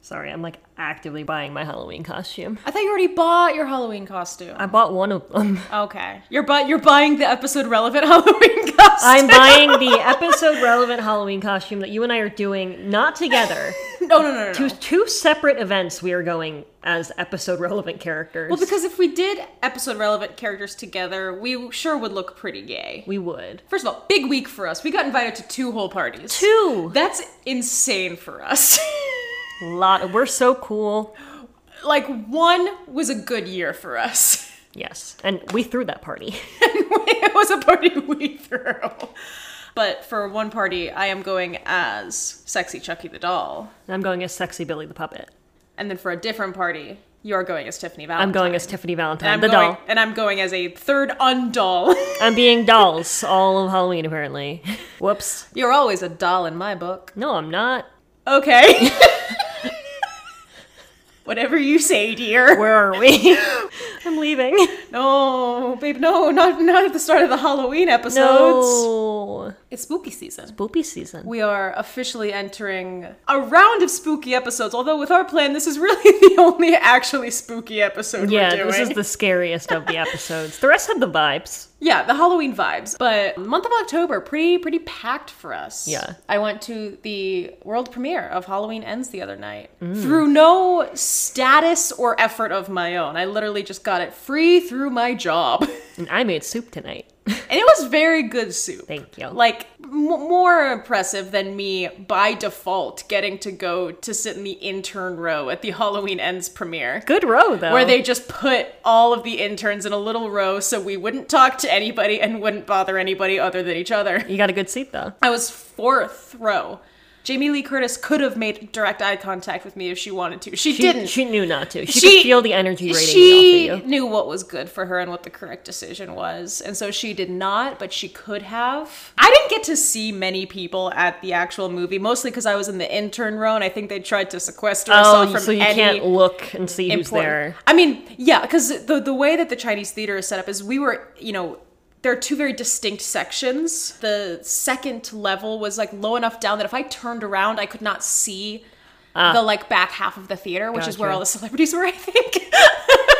Sorry, I'm like actively buying my Halloween costume. I thought you already bought your Halloween costume. I bought one of them. okay, you're but you're buying the episode relevant Halloween costume. I'm buying the episode relevant Halloween costume that you and I are doing not together. no, no, no, no. Two no. two separate events we are going as episode relevant characters. Well, because if we did episode relevant characters together, we sure would look pretty gay. we would. First of all, big week for us. We got invited to two whole parties. Two. That's insane for us. lot we're so cool. like one was a good year for us. Yes. And we threw that party. it was a party we threw. But for one party, I am going as sexy Chucky the doll, I'm going as sexy Billy the puppet. and then for a different party, you are going as Tiffany Valentine. I'm going as Tiffany Valentine, And I'm the going, doll. and I'm going as a third undoll. I'm being dolls all of Halloween apparently. Whoops. You're always a doll in my book. No, I'm not. Okay. Whatever you say, dear. Where are we? I'm leaving. No, babe, no, not not at the start of the Halloween episodes. No. It's spooky season. Boopy season. We are officially entering a round of spooky episodes, although with our plan, this is really the only actually spooky episode yeah, we're doing. this is the scariest of the episodes. The rest have the vibes. yeah, the Halloween vibes. But month of October, pretty pretty packed for us. Yeah. I went to the world premiere of Halloween Ends the other night Mm. through no status or effort of my own. I literally just got it free through my job, and And I made soup tonight. it was very good soup. Thank you. like m- more impressive than me by default getting to go to sit in the intern row at the Halloween Ends premiere. Good row though. Where they just put all of the interns in a little row so we wouldn't talk to anybody and wouldn't bother anybody other than each other. You got a good seat though. I was fourth row. Jamie Lee Curtis could have made direct eye contact with me if she wanted to. She, She didn't. She knew not to. She, She- could feel the energy rating she off of you. knew what was good for her and what the correct decision was and so she did not but she could have i didn't get to see many people at the actual movie mostly because i was in the intern row and i think they tried to sequester us all Oh, from so you any can't look and see who's important- there. i mean yeah because the, the way that the chinese theater is set up is we were you know there are two very distinct sections. The second level was like low enough down that if I turned around, I could not see the like back half of the theater, which is where Ah. Gotcha. all the celebrities were, I think.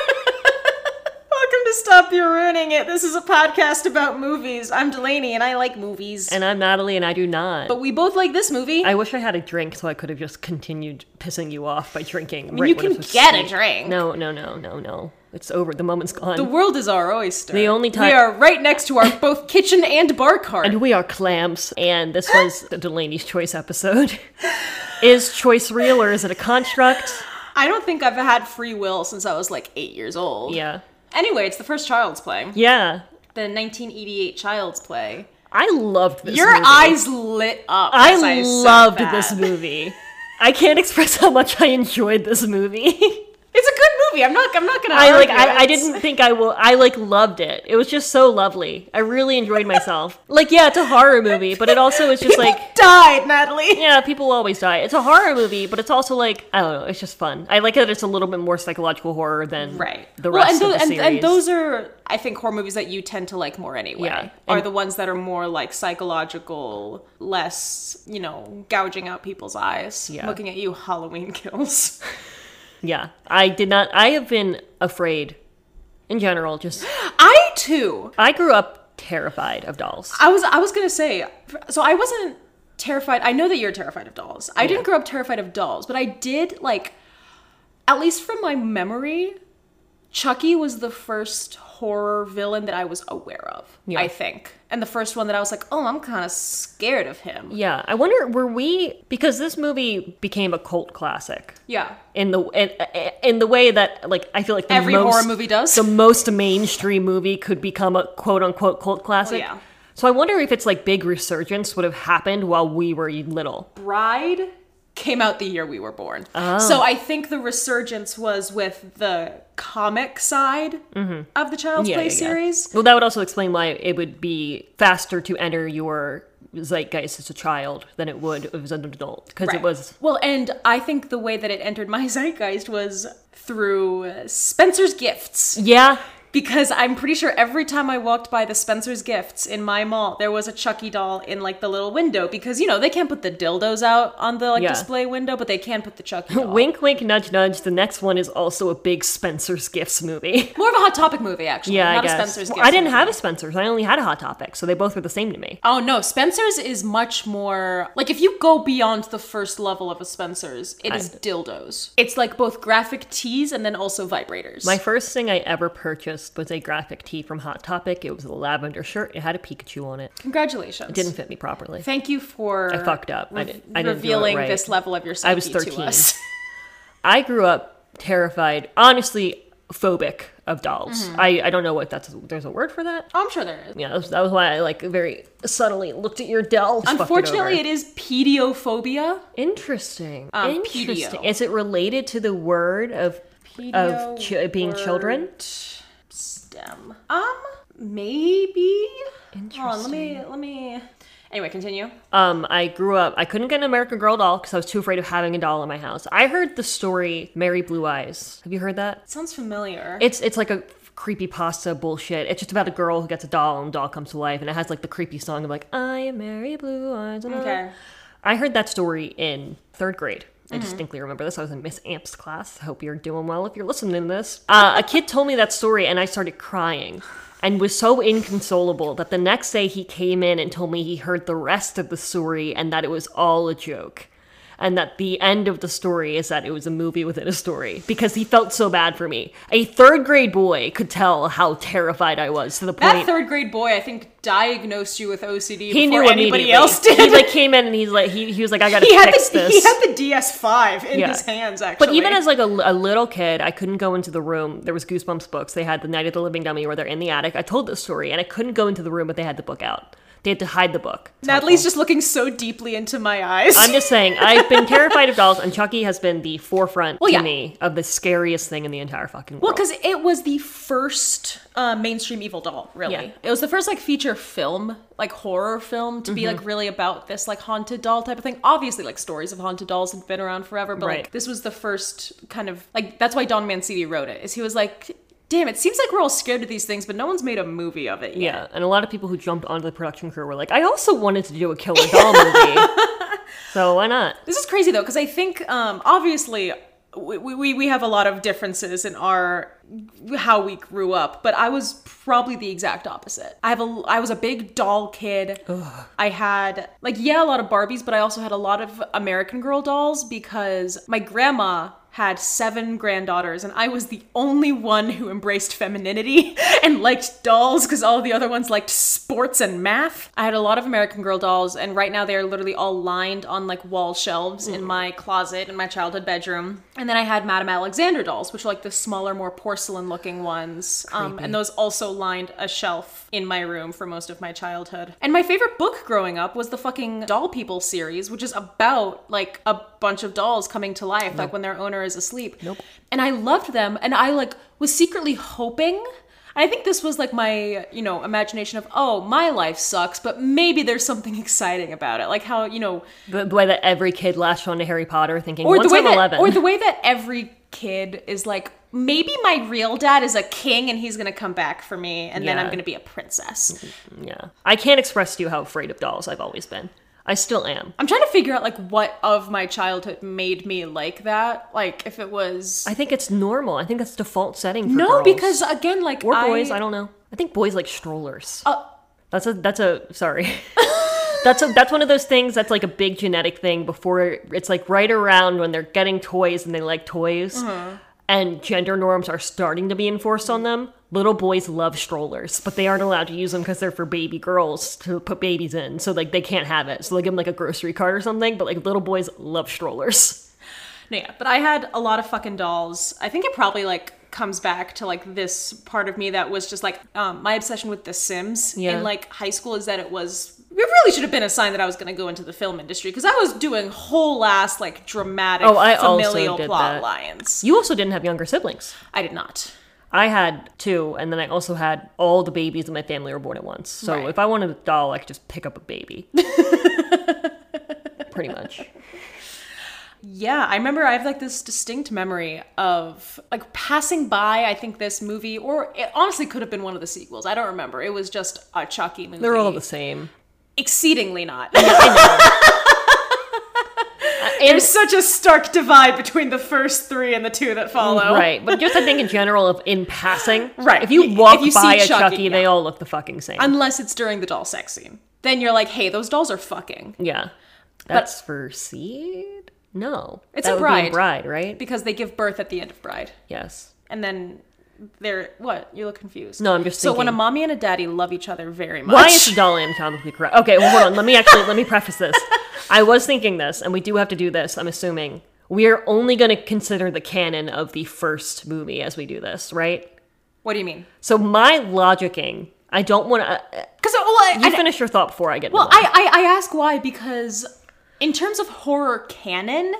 Welcome to Stop Your Ruining It. This is a podcast about movies. I'm Delaney and I like movies. And I'm Natalie, and I do not. but we both like this movie. I wish I had a drink so I could have just continued pissing you off by drinking. I mean, you can get a drink. No, no, no, no, no. It's over. The moment's gone. The world is our oyster. The only time- we are right next to our both kitchen and bar cart. and we are clams. And this was the Delaney's Choice episode. is choice real or is it a construct? I don't think I've had free will since I was like eight years old. Yeah. Anyway, it's the first Child's Play, Yeah. the 1988 Child's Play. I loved this Your movie. eyes lit up. as I I said loved that. this movie. I can't express how much I enjoyed this movie. It's a good movie. I'm not. I'm not gonna. I like argue I, I it. didn't think I will I like loved it. It was just so lovely. I really enjoyed myself. like yeah, it's a horror movie, but it also is just like died, Natalie. yeah, people always die. It's a horror movie, but it's also like I don't know, it's just fun. I like that it's a little bit more psychological horror than Right. the rest well, and, of the tho- series. and, and those are, I think, horror movies that you tend to like more anyway. Yeah. Are And- the ones that are more like psychological, less, you know, gouging out people's eyes. Yeah. Looking at you, Halloween kills. yeah, I did not. I have been afraid in general. Just I too. I grew up terrified of dolls. I was. I was gonna say. So I wasn't terrified. I know that you're terrified of dolls. I didn't grow up terrified of dolls, but I did like, at least from my memory, Chucky was the first horror villain that I was aware of. Yeah. I think, and the first one that I was like, oh, I'm kind of scared of him. Yeah, I wonder were we because this movie became a cult classic. Yeah. in the in, in the way that like I feel like the Every most, horror movie does. the most mainstream movie could become a quote unquote cult classic. Oh, yeah. So I wonder if it's like big resurgence would have happened while we were little. Bride came out the year we were born. Ah. So I think the resurgence was with the comic side Mm-hmm. of the Child's Play series. Well, that would also explain why it would be faster to enter your zeitgeist as a child than it would as an adult because it Right. was well and i think the way that it entered my zeitgeist was through uh, spencer's gifts yeah because I'm pretty sure every time I walked by the Spencer's Gifts in my mall, there was a Chucky doll in like the little window because you know they can't put the dildos out on the like Yeah. display window, but they can put the Chucky doll. Wink, wink, nudge, nudge. The next one is also a big Spencer's Gifts movie. More of a Hot Topic movie, actually. Yeah, not I guess. a Spencer's Well, Gifts. I didn't movie. have a Spencer's. I only had a Hot Topic, so they both were the same to me. Oh no, Spencer's is much more like if you go beyond the first level of a Spencer's, it is dildos. It's like both graphic tees and then also vibrators. My first thing I ever purchased was a graphic tee from Hot Topic. It was a lavender shirt. It had a Pikachu on it. Congratulations. Didn't fit me properly. Thank you for I fucked up. I didn't- I didn't do it revealing right. this level of your I was psyche to 13. us. I grew up terrified, honestly phobic of dolls. Mm-hmm. I, I don't know what that's there's a word for that. Oh, I'm sure there is. Yeah, that was, that was why I like very subtly looked at your doll. fucked it Unfortunately, over. it is pediophobia. Interesting. Um, Interesting. pedo. Is it related to the word of of Pedio ch- being children? word Stem. Um, maybe. Hold on, let me let me. Anyway, continue. Um, I grew up. I couldn't get an American Girl doll because I was too afraid of having a doll in my house. I heard the story Mary Blue Eyes. Have you heard that? Sounds familiar. It's it's like a creepy pasta bullshit. It's just about a girl who gets a doll and the doll comes to life, and it has like the creepy song of like I am Mary Blue Eyes. and okay. I heard that story in third grade. I distinctly remember this. I was in Miss Amp's class. I hope you're doing well if you're listening to this. Uh, a kid told me that story and I started crying and was so inconsolable that the next day he came in and told me he heard the rest of the story and that it was all a joke. And that the end of the story is that it was a movie within a story because he felt so bad for me. A third grade boy could tell how terrified I was to the point That third grade boy, I think, diagnosed you with OCD he before knew anybody immediately. else did. He like came in and he's like he, he was like I gotta he, had fix the, this. he had the DS5 in Yeah. his hands, actually. But even as like a, a little kid, I couldn't go into the room. There was Goosebumps books. They had the Night of the Living Dummy where they're in the attic. I told this story, and I couldn't go into the room, but they had the book out. They had to hide the book. Natalie's just looking so deeply into my eyes. I'm just saying, I've been terrified of dolls, and Chucky has been the forefront to yeah. me of the scariest thing in the entire fucking Well, world. because it was the first uh, mainstream evil doll, really. Yeah. It was the first like feature film, like horror film, to be Mm-hmm. like really about this like haunted doll type of thing. Obviously, like stories of haunted dolls had been around forever, but Right. like this was the first kind of like that's why Don Mancini wrote it. Is he was like, damn, it seems like we're all scared of these things, but no one's made a movie of it yet. yeah, and a lot of people who jumped onto the production crew were like, I also wanted to do a killer doll movie. so why not? This is crazy though, because I think um, obviously we, we we have a lot of differences in our how we grew up, but I was probably the exact opposite. I have a I was a big doll kid. I had like yeah a lot of Barbies, but I also had a lot of American Girl dolls because my grandma had seven granddaughters and I was the only one who embraced femininity and liked dolls because all the other ones liked sports and math. I had a lot of American Girl dolls and right now they are literally all lined on like wall shelves in my closet in my childhood bedroom. And then I had Madame Alexander dolls, which are like the smaller, more porcelain looking ones. Um, and those also lined a shelf in my room for most of my childhood. And my favorite book growing up was the fucking Doll People series, which is about like a bunch of dolls coming to life, like when their owner is asleep. Nope. And I loved them, and I like was secretly hoping. I think this was like my, you know, imagination of, oh, my life sucks, but maybe there's something exciting about it. Like how, you know, The, the way that every kid latched onto Harry Potter thinking, or once the way I'm that, 11. or the way that every kid is like, maybe my real dad is a king and he's gonna come back for me, and then Yeah. I'm gonna be a princess. Yeah. I can't express to you how afraid of dolls I've always been. I still am. I'm trying to figure out like what of my childhood made me like that. Like if it was I think it's normal. I think that's default setting for no, girls. because again, like or boys, I don't know. I think boys like strollers. Uh, that's a that's a sorry. that's a that's one of those things that's like a big genetic thing before it's like right around when they're getting toys and they like toys. Uh-huh. And gender norms are starting to be enforced on them. Little boys love strollers, but they aren't allowed to use them because they're for baby girls to put babies in. So like they can't have it. So they give them like a grocery cart or something. But like little boys love strollers. No, yeah, but I had a lot of fucking dolls. I think it probably like comes back to like this part of me that was just like um, my obsession with The Sims Yeah. in like high school is that it was. It really should have been a sign that I was going to go into the film industry because I was doing whole ass like dramatic Oh, I also familial did plot that. lines. You also didn't have younger siblings. I did not. I had two, and then I also had all the babies in my family were born at once. So Right. if I wanted a doll, I could just pick up a baby. Pretty much. yeah, I remember I have like this distinct memory of like passing by, I think this movie, or it honestly could have been one of the sequels. I don't remember. It was just a Chucky movie. They're all the same. Exceedingly not. Uh, And- There's such a stark divide between the first three and the two that follow. Mm, Right, but just I think in general of in passing, Right. If you If walk you see by a Chucky, Chucky, they all look the fucking same. Unless it's during the doll sex scene. Then you're like, hey, those dolls are fucking. yeah, that's for seed. No, It's That a would be bride. bride, right? Because they give birth at the end of Bride. yes. And then they're. What? You look confused. No, I'm just So when a thinking- mommy and a daddy love each other very much. Why is the doll anatomically correct? Okay, well, hold on. Let me actually let me preface this. I was thinking this, and we do have to do this. I'm assuming we are only going to consider the canon of the first movie as we do this, right? What do you mean? So my logicking, I don't want to. Because well, I, You I- finish your thought before I get. Well, well I, I I ask why because in terms of horror canon,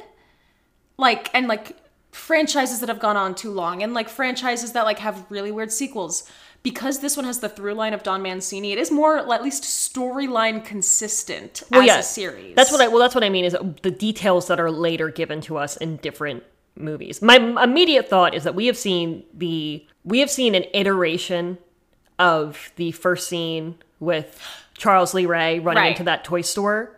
like and like franchises that have gone on too long and like franchises that like have really weird sequels. Because this one has the through line of Don Mancini, it is more at least storyline consistent as yeah. a series. That's what I. Well, that's what I mean is uh, the details that are later given to us in different movies. My immediate thought is that we have seen the we have seen an iteration of the first scene with Charles Lee Ray running Right. into that toy store.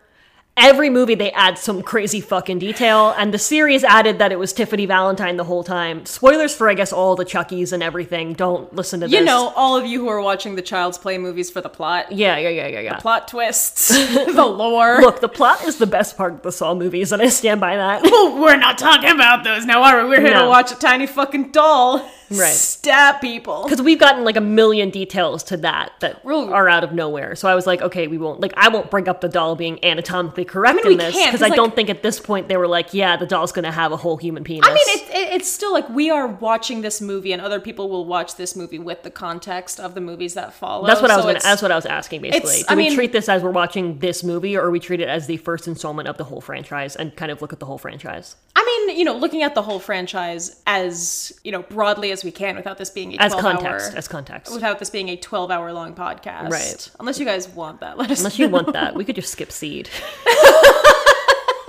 Every movie they add some crazy fucking detail, and the series added that it was Tiffany Valentine the whole time. Spoilers for I guess all the Chuckies and everything. Don't listen to this. you know, all of you who are watching the Child's Play movies for the plot, Yeah, yeah, yeah, yeah, yeah. plot twists, the lore. Look, the plot is the best part of the Saw movies, and I stand by that. Well, Oh, we're not talking about those now, are we? We're here No. to watch a tiny fucking doll Right. stab people. because we've gotten like a million details to that that Really? are out of nowhere. So I was like, okay, we won't like I won't bring up the doll being anatomically correct we in this can't, because 'cause, I like- don't think at this point they were like, yeah, the doll's gonna have a whole human penis. I mean, it, it, it's still like we are watching this movie, and other people will watch this movie with the context of the movies that follow. that's what I was. so Gonna, it's- that's what I was asking. Basically, do I we mean- treat this as we're watching this movie, or we treat it as the first installment of the whole franchise and kind of look at the whole franchise I mean, you know, looking at the whole franchise as you know broadly as we can without this being a as 12 context? hour, Oh, As context, without this being a twelve-hour long podcast, Right. Unless you guys want that, let us. unless you want that, we could just skip seed.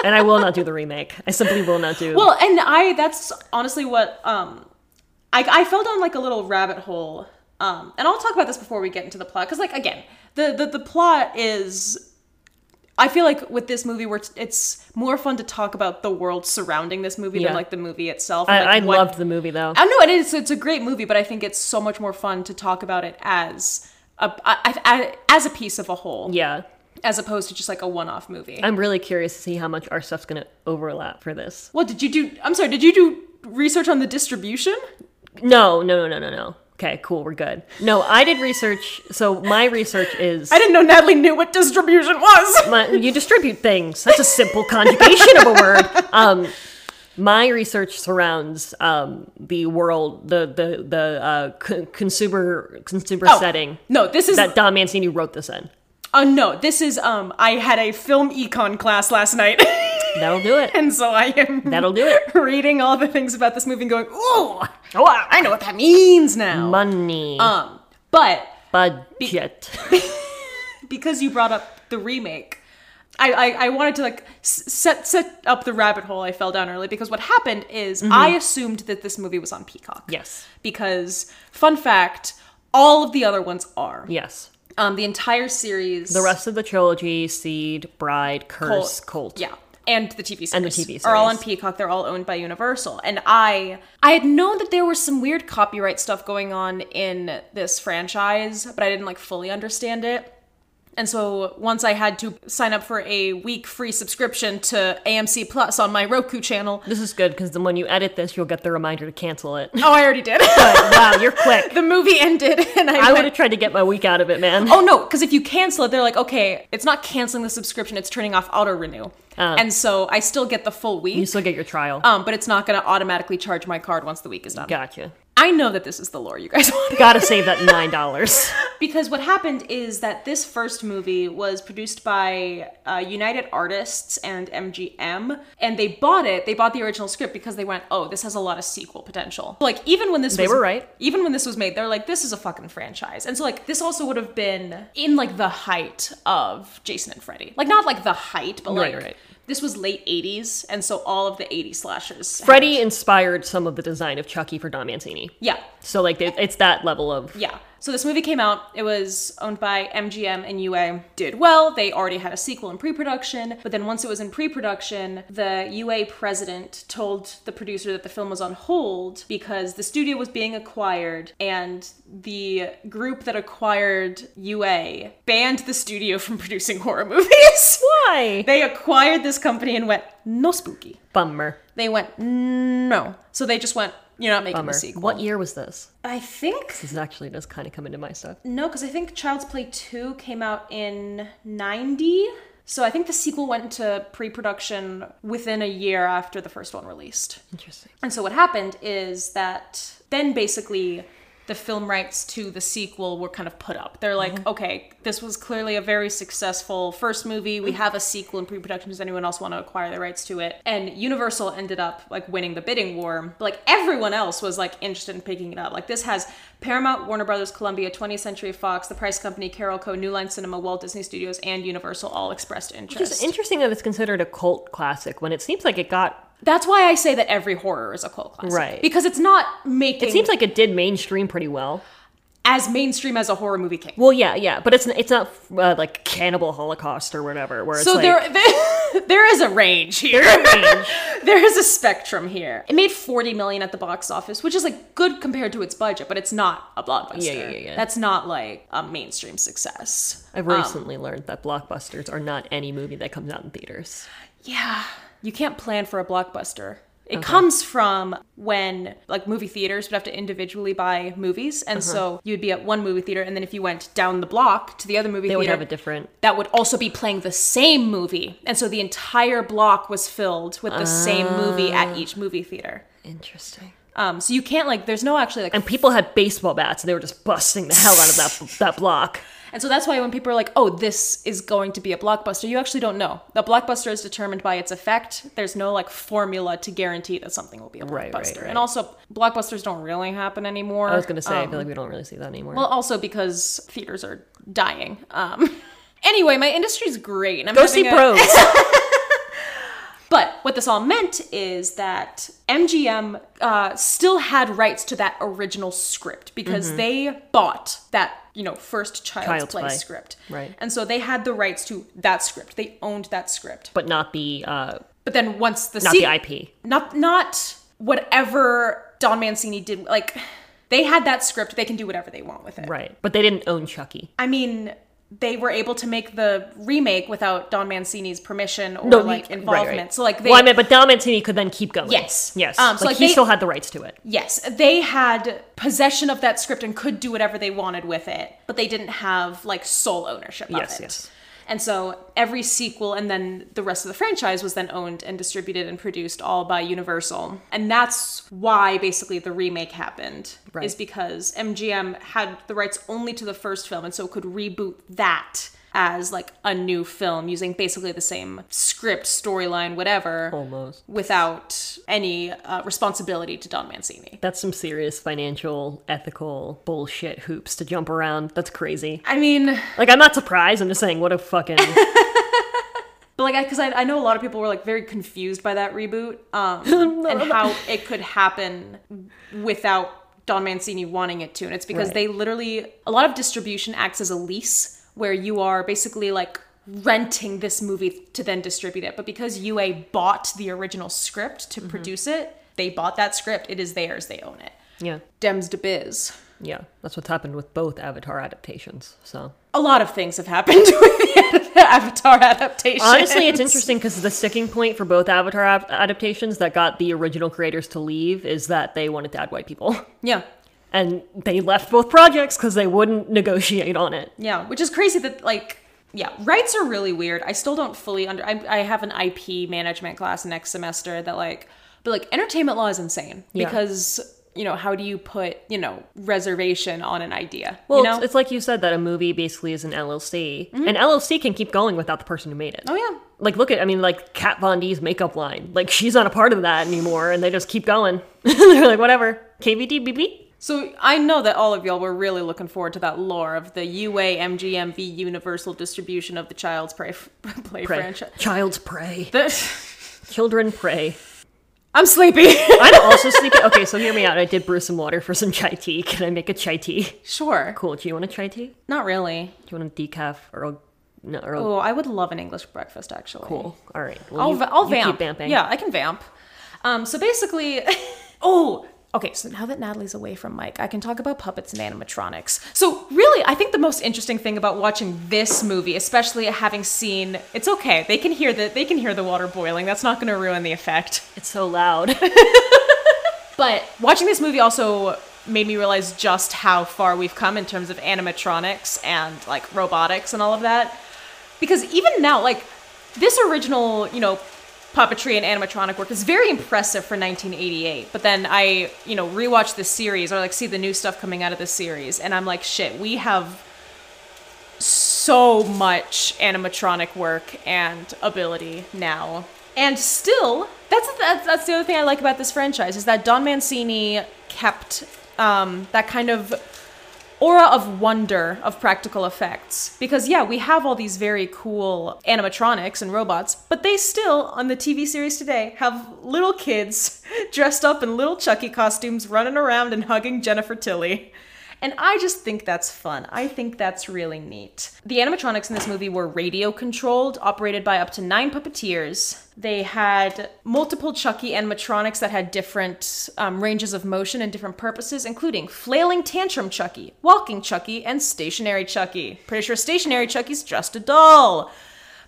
and I will not do the remake. I simply will not do. Well, and I that's honestly what um I I fell down like a little rabbit hole. Um and I'll talk about this before we get into the plot cuz like again, the the the plot is I feel like with this movie where it's more fun to talk about the world surrounding this movie Yeah. than like the movie itself. I, and, like, I what- loved the movie though. I know it is it's a great movie, but I think it's so much more fun to talk about it as a, I- I- as a piece of a whole, yeah. as opposed to just like a one-off movie. I'm really curious to see how much our stuff's gonna overlap for this. What did you do? I'm sorry, did you do research on the distribution? No, no, no, no, no, no. Okay, cool, we're good. No, I did research. So my research is I didn't know Natalie knew what distribution was. my, you distribute things. That's a simple conjugation of a word. Um, my research surrounds um, the world, the the the uh, con- consumer consumer Oh. setting No, this is that Don Mancini wrote this in. uh, no, this is um I had a film econ class last night. That'll do it. and so I am That'll do it. reading all the things about this movie and going, "Ooh, Oh, wow. I know what that means now." money um, but budget. because you brought up the remake, I, I, I wanted to like s- set set up the rabbit hole I fell down early because what happened is Mm-hmm. I assumed that this movie was on Peacock. yes, Because fun fact, all of the other ones are. yes. Um, the entire series. The rest of the trilogy: Seed, Bride, Curse, Cult. Yeah. And the TV series. And the TV Are all on series. Peacock. They're all owned by Universal. And I I had known that there was some weird copyright stuff going on in this franchise, but I didn't like fully understand it. And so once I had to sign up for a week free subscription to AMC Plus on my Roku channel. This is good because then when you edit this, you'll get the reminder to cancel it. Oh, I already did. But wow, you're quick. the movie ended and I, I went, would have tried to get my week out of it, man. Oh no, because if you cancel it, they're like, okay, it's not canceling the subscription, it's turning off auto renew. Uh. and so I still get the full week. You still get your trial. Um, but it's not going to automatically charge my card once the week is done. gotcha. I know that this is the lore you guys want. Gotta save that nine dollars. Because what happened is that this first movie was produced by uh, United Artists and MGM, and they bought it. They bought the original script because they went, "Oh, this has a lot of sequel potential." Like even when this They was, were right. Even when this was made, they're like, "This is a fucking franchise," and so like this also would have been in like the height of Jason and Freddy, like not like the height, but Right, like right. this was late 80s, and so all of the 80s slashers. had- Freddy inspired some of the design of Chucky for Don Mancini. Yeah, So like it- it's that level of yeah. So this movie came out. It was owned by MGM and UA. Did well. They already had a sequel in pre-production, but then once it was in pre-production, the UA president told the producer that the film was on hold because the studio was being acquired and the group that acquired UA banned the studio from producing horror movies. why They acquired this company and went, "No spooky." bummer. They went, "No." So they just went, "You're not making Bummer. a sequel." What year was this? I think This actually does kind of come into my stuff. No, because I think Child's Play 2 came out in 90. So I think the sequel went into pre production within a year after the first one released. Interesting. And so what happened is that then basically the film rights to the sequel were kind of put up. They're like, Mm-hmm. okay, this was clearly a very successful first movie. Mm-hmm. We have a sequel in pre-production. Does anyone else want to acquire the rights to it? And Universal ended up like winning the bidding war. But, like everyone else was like interested in picking it up. Like this has Paramount, Warner Brothers, Columbia, 20th Century Fox, The Price Company, Carol Co, New Line Cinema, Walt Disney Studios, and Universal all expressed interest. It's interesting that it's considered a cult classic when it seems like it got That's why I say that every horror is a cult classic. Right. Because it's not making it seems like it did mainstream pretty well. as mainstream as a horror movie came. Well, yeah, yeah, but it's it's not uh, like Cannibal Holocaust or whatever. Where it's So like, there, there, there is a range here. there is a spectrum here. It made 40 million at the box office, which is like good compared to its budget, but it's not a blockbuster. Yeah, yeah, yeah, yeah. That's not like a mainstream success. I've recently learned that blockbusters are not any movie that comes out in theaters. Yeah. You can't plan for a blockbuster. It Uh-huh. comes from when like movie theaters would have to individually buy movies, and Uh-huh. so you would be at one movie theater, and then if you went down the block to the other movie They theater, would have a different. that would also be playing the same movie. And so the entire block was filled with the same movie at each movie theater. Interesting. Um, so you can't like, there's no actually like, And people had baseball bats and they were just busting the hell out of that that block. and so that's why when people are like, oh, this is going to be a blockbuster, you actually don't know. The blockbuster is determined by its effect. There's no like formula to guarantee that something will be a blockbuster. Right, right, right. And also, blockbusters don't really happen anymore. Um, I was gonna say, I feel like we don't really see that anymore. Well, also because theaters are dying. Um, anyway, my industry's great. And I'm Go see having a- pros. But what this all meant is that MGM uh, still had rights to that original script because they bought that, you know, first Child's, Mm-hmm. Child's Play, Play. script. Right. And so they had the rights to that script. They owned that script. but not the uh, But then once the not se- the IP. not not whatever Don Mancini did, like they had that script. They can do whatever they want with it. Right. But they didn't own Chucky. I mean, they were able to make the remake without Don Mancini's permission or No, like you- right, involvement. right. So like they well, I mean, but Don Mancini could then keep going. Yes. Yes. Um, Um, so, like, like, he they- still had the rights to it. Yes, they had possession of that script and could do whatever they wanted with it, but they didn't have like sole ownership Yes, of it. yes. And so every sequel and then the rest of the franchise was then owned and distributed and produced all by Universal. And that's why basically the remake happened Right. is because MGM had the rights only to the first film and so could reboot that as like a new film using basically the same script, storyline, whatever, Almost. without any uh, responsibility to Don Mancini. That's some serious financial, ethical bullshit hoops to jump around. That's crazy. I mean, Like, I'm not surprised. I'm just saying, what a fucking. but like, because I, I know a lot of people were like very confused by that reboot um, and how it could happen without Don Mancini wanting it to. And it's because Right. they literally, a lot of distribution acts as a lease where you are basically like renting this movie to then distribute it. But because UA bought the original script to produce it, they bought that script. It is theirs, they own it. yeah. Dems de biz. Yeah. That's what's happened with both Avatar adaptations. So. A lot of things have happened with the Avatar adaptation. Honestly, it's interesting because the sticking point for both Avatar ad- adaptations that got the original creators to leave is that they wanted to add white people. Yeah. And they left both projects because they wouldn't negotiate on it. Yeah, which is crazy that like yeah, rights are really weird. I still don't fully under I, I have an IP management class next semester that like but like entertainment law is insane Yeah. because you know, how do you put, you know, reservation on an idea? Well, you know? it's, it's like you said that a movie basically is an LLC, and LLC can keep going without the person who made it. oh yeah. Like, look at, I mean, like Kat Von D's makeup line. Like, she's not a part of that anymore, and they just keep going. They're like, whatever, KVD, BB. So I know that all of y'all were really looking forward to that lore of the UA MGMV universal distribution of the Child's Prey f- play Pray. franchise. Child's prey. The- Children pray. I'm sleepy. I'm also sleepy. Okay, so hear me out. I did brew some water for some chai tea. Can I make a chai tea? sure. Cool. Do you want a chai tea? Not really. Do you want a decaf Earl? No, Earl. Oh, I would love an English breakfast actually. Cool. All right. Well, I'll, you, va- I'll you vamp. keep vamping. Yeah, I can vamp. Um, so basically, oh, okay. So now that Natalie's away from Mike, I can talk about puppets and animatronics. So really, I think the most interesting thing about watching this movie, especially having seen, it's okay. They can hear the they can hear the water boiling. That's not going to ruin the effect. It's so loud. But watching this movie also made me realize just how far we've come in terms of animatronics and like robotics and all of that. Because even now, like this original, you know, puppetry and animatronic work is very impressive for 1988. But then I, you know, rewatch this series or like see the new stuff coming out of this series and I'm like, shit, we have so much animatronic work and ability now. And still, that's that's, that's the other thing I like about this franchise is that Don Mancini kept um, that kind of aura of wonder of practical effects because yeah we have all these very cool animatronics and robots but they still on the tv series today have little kids dressed up in little chucky costumes running around and hugging jennifer tilly and i just think that's fun i think that's really neat the animatronics in this movie were radio controlled operated by up to nine puppeteers they had multiple Chucky animatronics that had different um, ranges of motion and different purposes, including flailing tantrum Chucky, walking Chucky, and stationary Chucky. Pretty sure stationary Chucky's just a doll.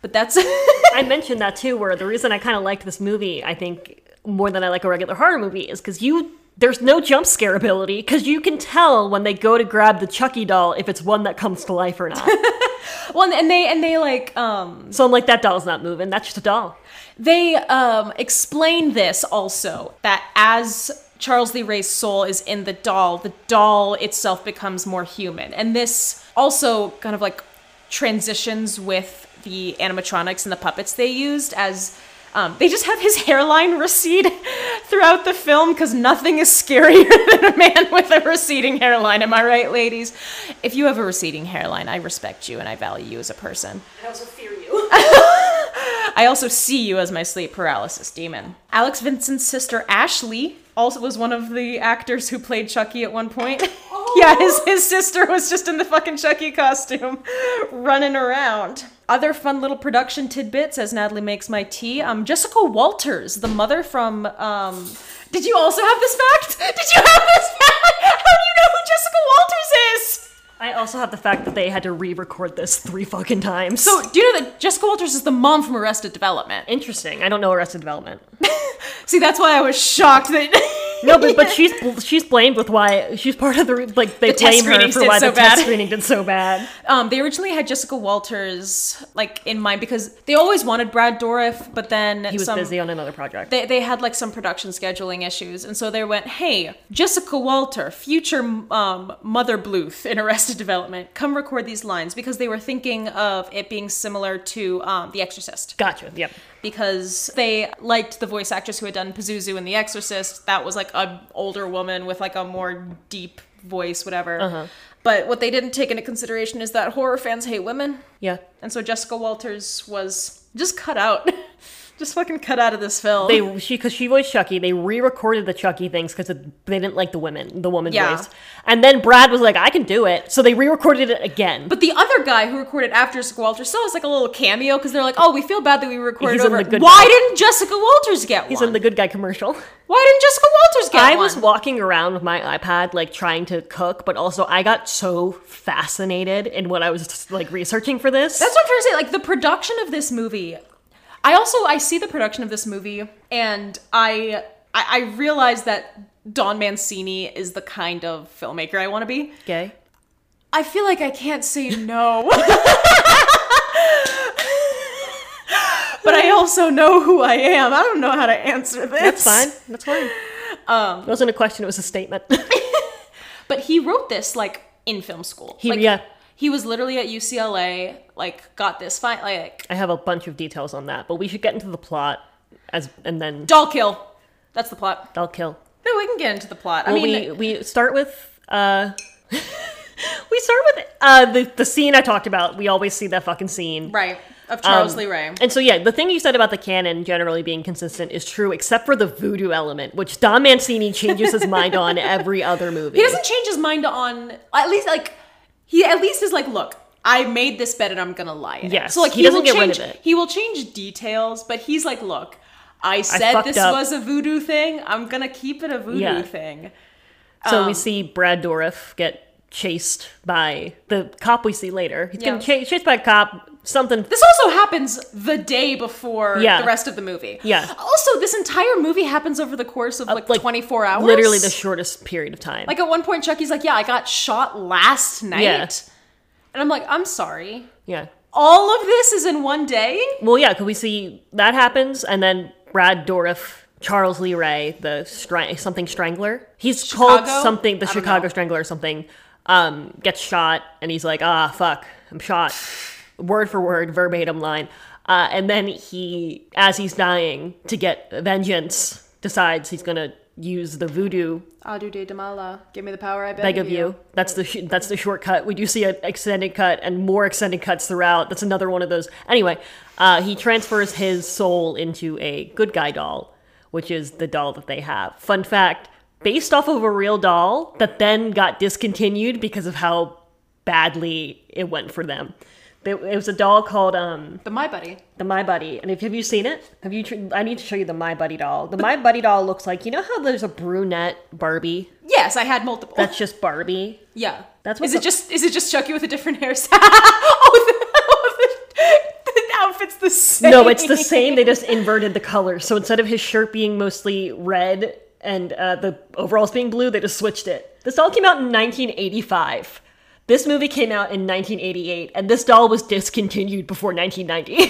But that's. I mentioned that too, where the reason I kind of liked this movie, I think, more than I like a regular horror movie, is because you. There's no jump scare ability because you can tell when they go to grab the Chucky doll if it's one that comes to life or not. well, and they, and they like, um, so I'm like, that doll's not moving. That's just a doll. They um, explain this also that as Charles Lee Ray's soul is in the doll, the doll itself becomes more human. And this also kind of like transitions with the animatronics and the puppets they used as. Um, they just have his hairline recede throughout the film because nothing is scarier than a man with a receding hairline. Am I right, ladies? If you have a receding hairline, I respect you and I value you as a person. I also fear you. I also see you as my sleep paralysis demon. Alex Vincent's sister Ashley also was one of the actors who played Chucky at one point. yeah, his, his sister was just in the fucking Chucky costume running around. Other fun little production tidbits as Natalie makes my tea. Um, Jessica Walters, the mother from. Um, did you also have this fact? Did you have this fact? How do you know who Jessica Walters is? I also have the fact that they had to re-record this three fucking times. So, do you know that Jessica Walters is the mom from Arrested Development? interesting. I don't know Arrested Development. See, that's why I was shocked that. No, but but she's she's blamed with why she's part of the re- like they The blame test her screenings for did why so the test bad. screening did so bad. um, they originally had Jessica Walters like in mind because they always wanted Brad Dourif, but then He was some, busy on another project. They, they had like some production scheduling issues, and so they went, "Hey, Jessica Walter, future um, Mother Bluth in Arrested Development, come record these lines," because they were thinking of it being similar to um, The Exorcist gotcha. Yep. because they liked the voice actress who had done Pazuzu in The Exorcist. That was like an older woman with like a more deep voice, whatever. Uh-huh. But what they didn't take into consideration is that horror fans hate women, Yeah. and so Jessica Walters was just cut out, just fucking cut out of this film. They she because she voiced Chucky. They re-recorded the Chucky things because they didn't like the women, the woman Yeah. voice. And then Brad was like, "I can do it," so they re-recorded it again. but the other guy who recorded after Jessica Walters still has like a little cameo because they're like, "Oh, we feel bad that we recorded He's in over." the good Why guy. didn't Jessica Walters get He's one? in the good guy commercial. Why didn't Jessica Walters get I one? was walking around with my iPad, like trying to cook, but also I got so fascinated in what I was like researching for this. That's what I'm trying to say. Like the production of this movie. I also I see the production of this movie, and I I, I realize that Don Mancini is the kind of filmmaker I want to be. okay. I feel like I can't say no. But I also know who I am. I don't know how to answer this. That's fine. That's fine. Um, it wasn't a question. It was a statement. But he wrote this like in film school. He- like, yeah. He was literally at UCLA. Like got this fine. Like I have a bunch of details on that, but we should get into the plot as and then doll kill. That's the plot. I'll kill. No, we can get into the plot. I Well, mean, we we start with uh, we start with uh the the scene I talked about. We always see that fucking scene. Um, right of Charles Lee Ray. And so, yeah, the thing you said about the canon generally being consistent is true, except for the voodoo element, which Don Mancini changes his mind on every other movie. He doesn't change his mind on at least like he at least is like, look, I made this bed and I'm gonna lie. In it." Yes, So like he doesn't will get rid change, of it. He will change details, but he's like, look, I said fucked this up. was a voodoo thing. I'm gonna keep it a voodoo Yeah. thing. um, so we see Brad Dourif get chased by the cop we see later. He's getting cha- chased by a cop, something. This also happens the day before Yeah. the rest of the movie. Yeah. Also, this entire movie happens over the course of like, like, 24 hours. Literally the shortest period of time. like at one point, Chucky's like, "Yeah, I got shot last night," Yeah. and I'm like, "I'm sorry." yeah. All of this is in one day. Well, yeah, because we see that happens, and then Brad Dourif, Charles Lee Ray, the strang- something strangler. He's Chicago? called something, the I don't Chicago know. Strangler or something, um, gets shot, and he's like, ah, fuck, I'm shot. Word for word, verbatim line. Uh, and then he, as he's dying to get vengeance, decides he's going to use the voodoo Adu de Damala, give me the power I beg, beg of you. That's the sh- that's the shortcut. We do see an extended cut and more extended cuts throughout. That's another one of those. Anyway, uh, he transfers his soul into a good guy doll, which is the doll that they have. Fun fact: based off of a real doll that then got discontinued because of how badly it went for them. They- It was a doll called um, The My Buddy. the My Buddy, and if have you seen it? Have you? Tr- I need to show you the My Buddy doll. The My Buddy doll looks like you know how there's a brunette Barbie. Yes, I had multiple. That's just Barbie. yeah. that's what Is the- it just is it just Chucky with a different hairstyle? oh, the, the, the outfit's the same. No, it's the same. They just inverted the colors. So instead of his shirt being mostly red and uh, the overalls being blue, they just switched it. This doll came out in 1985. This movie came out in 1988, and this doll was discontinued before 1990.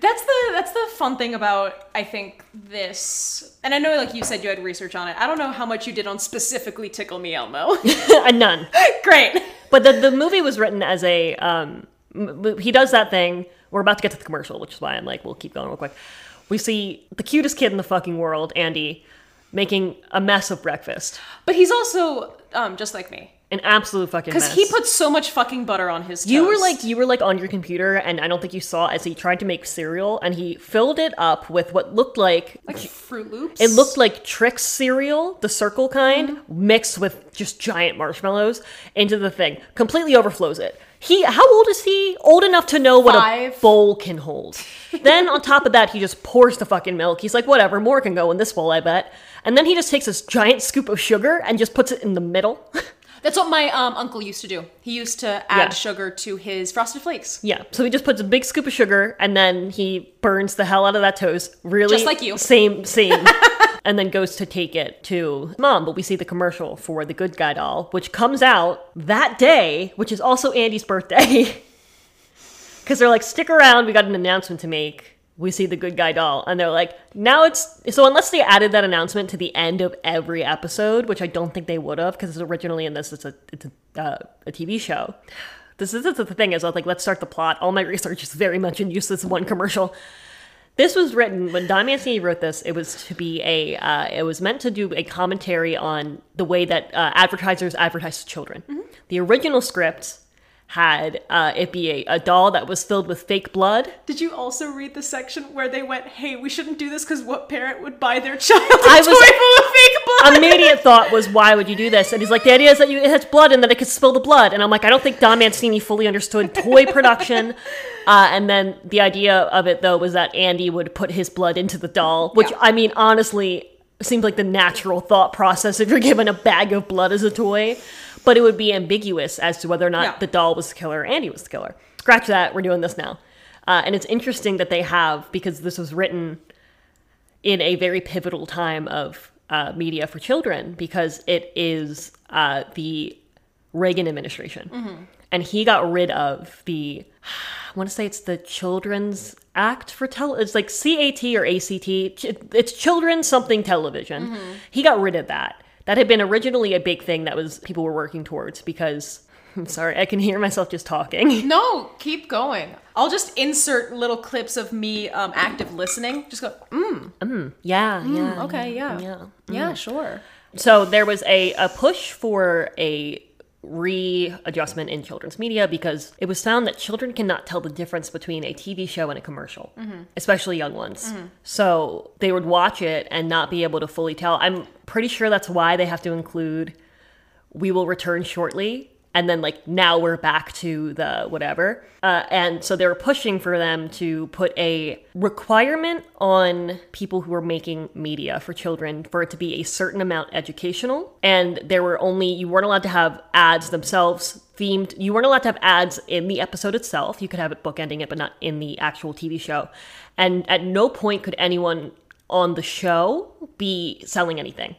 That's the that's the fun thing about I think this. And I know like you said you had research on it. I don't know how much you did on specifically Tickle Me Elmo. and none. Great. But the, the movie was written as a. Um, m- m- he does that thing. We're about to get to the commercial, which is why I'm like, we'll keep going real quick. We see the cutest kid in the fucking world, Andy, making a mess of breakfast. But he's also um just like me. An absolute fucking mess. Because he puts so much fucking butter on his toast. You were like you were like on your computer, and I don't think you saw as he tried to make cereal, and he filled it up with what looked like like Fruit Loops. it looked like Trix cereal, the circle kind, mixed with just giant marshmallows into the thing. Completely overflows it. He how old is he? Old enough to know what a Five. bowl can hold. then on top of that, he just pours the fucking milk. He's like, whatever, more can go in this bowl, I bet. And then he just takes this giant scoop of sugar and just puts it in the middle. That's what my um, uncle used to do. He used to add Yeah. sugar to his frosted flakes. Yeah, so he just puts a big scoop of sugar and then he burns the hell out of that toast. Really, Just like you. Same, same. and then goes to take it to mom. But we see the commercial for the Good Guy doll, which comes out that day, which is also Andy's birthday. Because they're like, stick around, we got an announcement to make. We see the Good Guy doll, and they're like, now it's so. Unless they added that announcement to the end of every episode, which I don't think they would have, because originally in this, it's a it's a, uh, a TV show this is this is the thing is I was like let's start the plot all my research is very much in use this one commercial this was written when Don Mancini wrote this. It was to be a. Uh, it was meant to do a commentary on the way that uh, advertisers advertise to children. The original script had uh, it be a, a doll that was filled with fake blood. Did you also read the section where they went, "Hey, we shouldn't do this because what parent would buy their child a I toy was- full of fake blood?" Immediate thought was, why would you do this? And he's like, the idea is that you it has blood and that it could spill the blood. And I'm like, I don't think Don Mancini fully understood toy production. Uh, and then the idea of it though was that Andy would put his blood into the doll, which Yeah. I mean, honestly, seems like the natural thought process if you're given a bag of blood as a toy. But it would be ambiguous as to whether or not Yeah. the doll was the killer or Andy was the killer. Scratch that. We're doing this now. Uh, and it's interesting that they have because this was written in a very pivotal time of uh, media for children because it is uh, the Reagan administration. Mm-hmm. And he got rid of the, I want to say it's the Children's Act for Tele, it's like CAT or ACT. Ch- It's Children's Something Television. Mm-hmm. He got rid of that. That had been originally a big thing that was people were working towards because, I'm sorry, I can hear myself just talking. No, keep going. I'll just insert little clips of me um, active listening. Just go, mm, yeah, yeah. okay, yeah, Yeah. Mm. yeah, sure. So there was a, a push for a readjustment in children's media because it was found that children cannot tell the difference between a TV show and a commercial, especially young ones. So they would watch it and not be able to fully tell. I'm pretty sure that's why they have to include we will return shortly and then like now we're back to the whatever uh, and so they were pushing for them to put a requirement on people who are making media for children for it to be a certain amount educational and there were only you weren't allowed to have ads themselves themed you weren't allowed to have ads in the episode itself you could have it bookending it but not in the actual tv show and at no point could anyone on the show be selling anything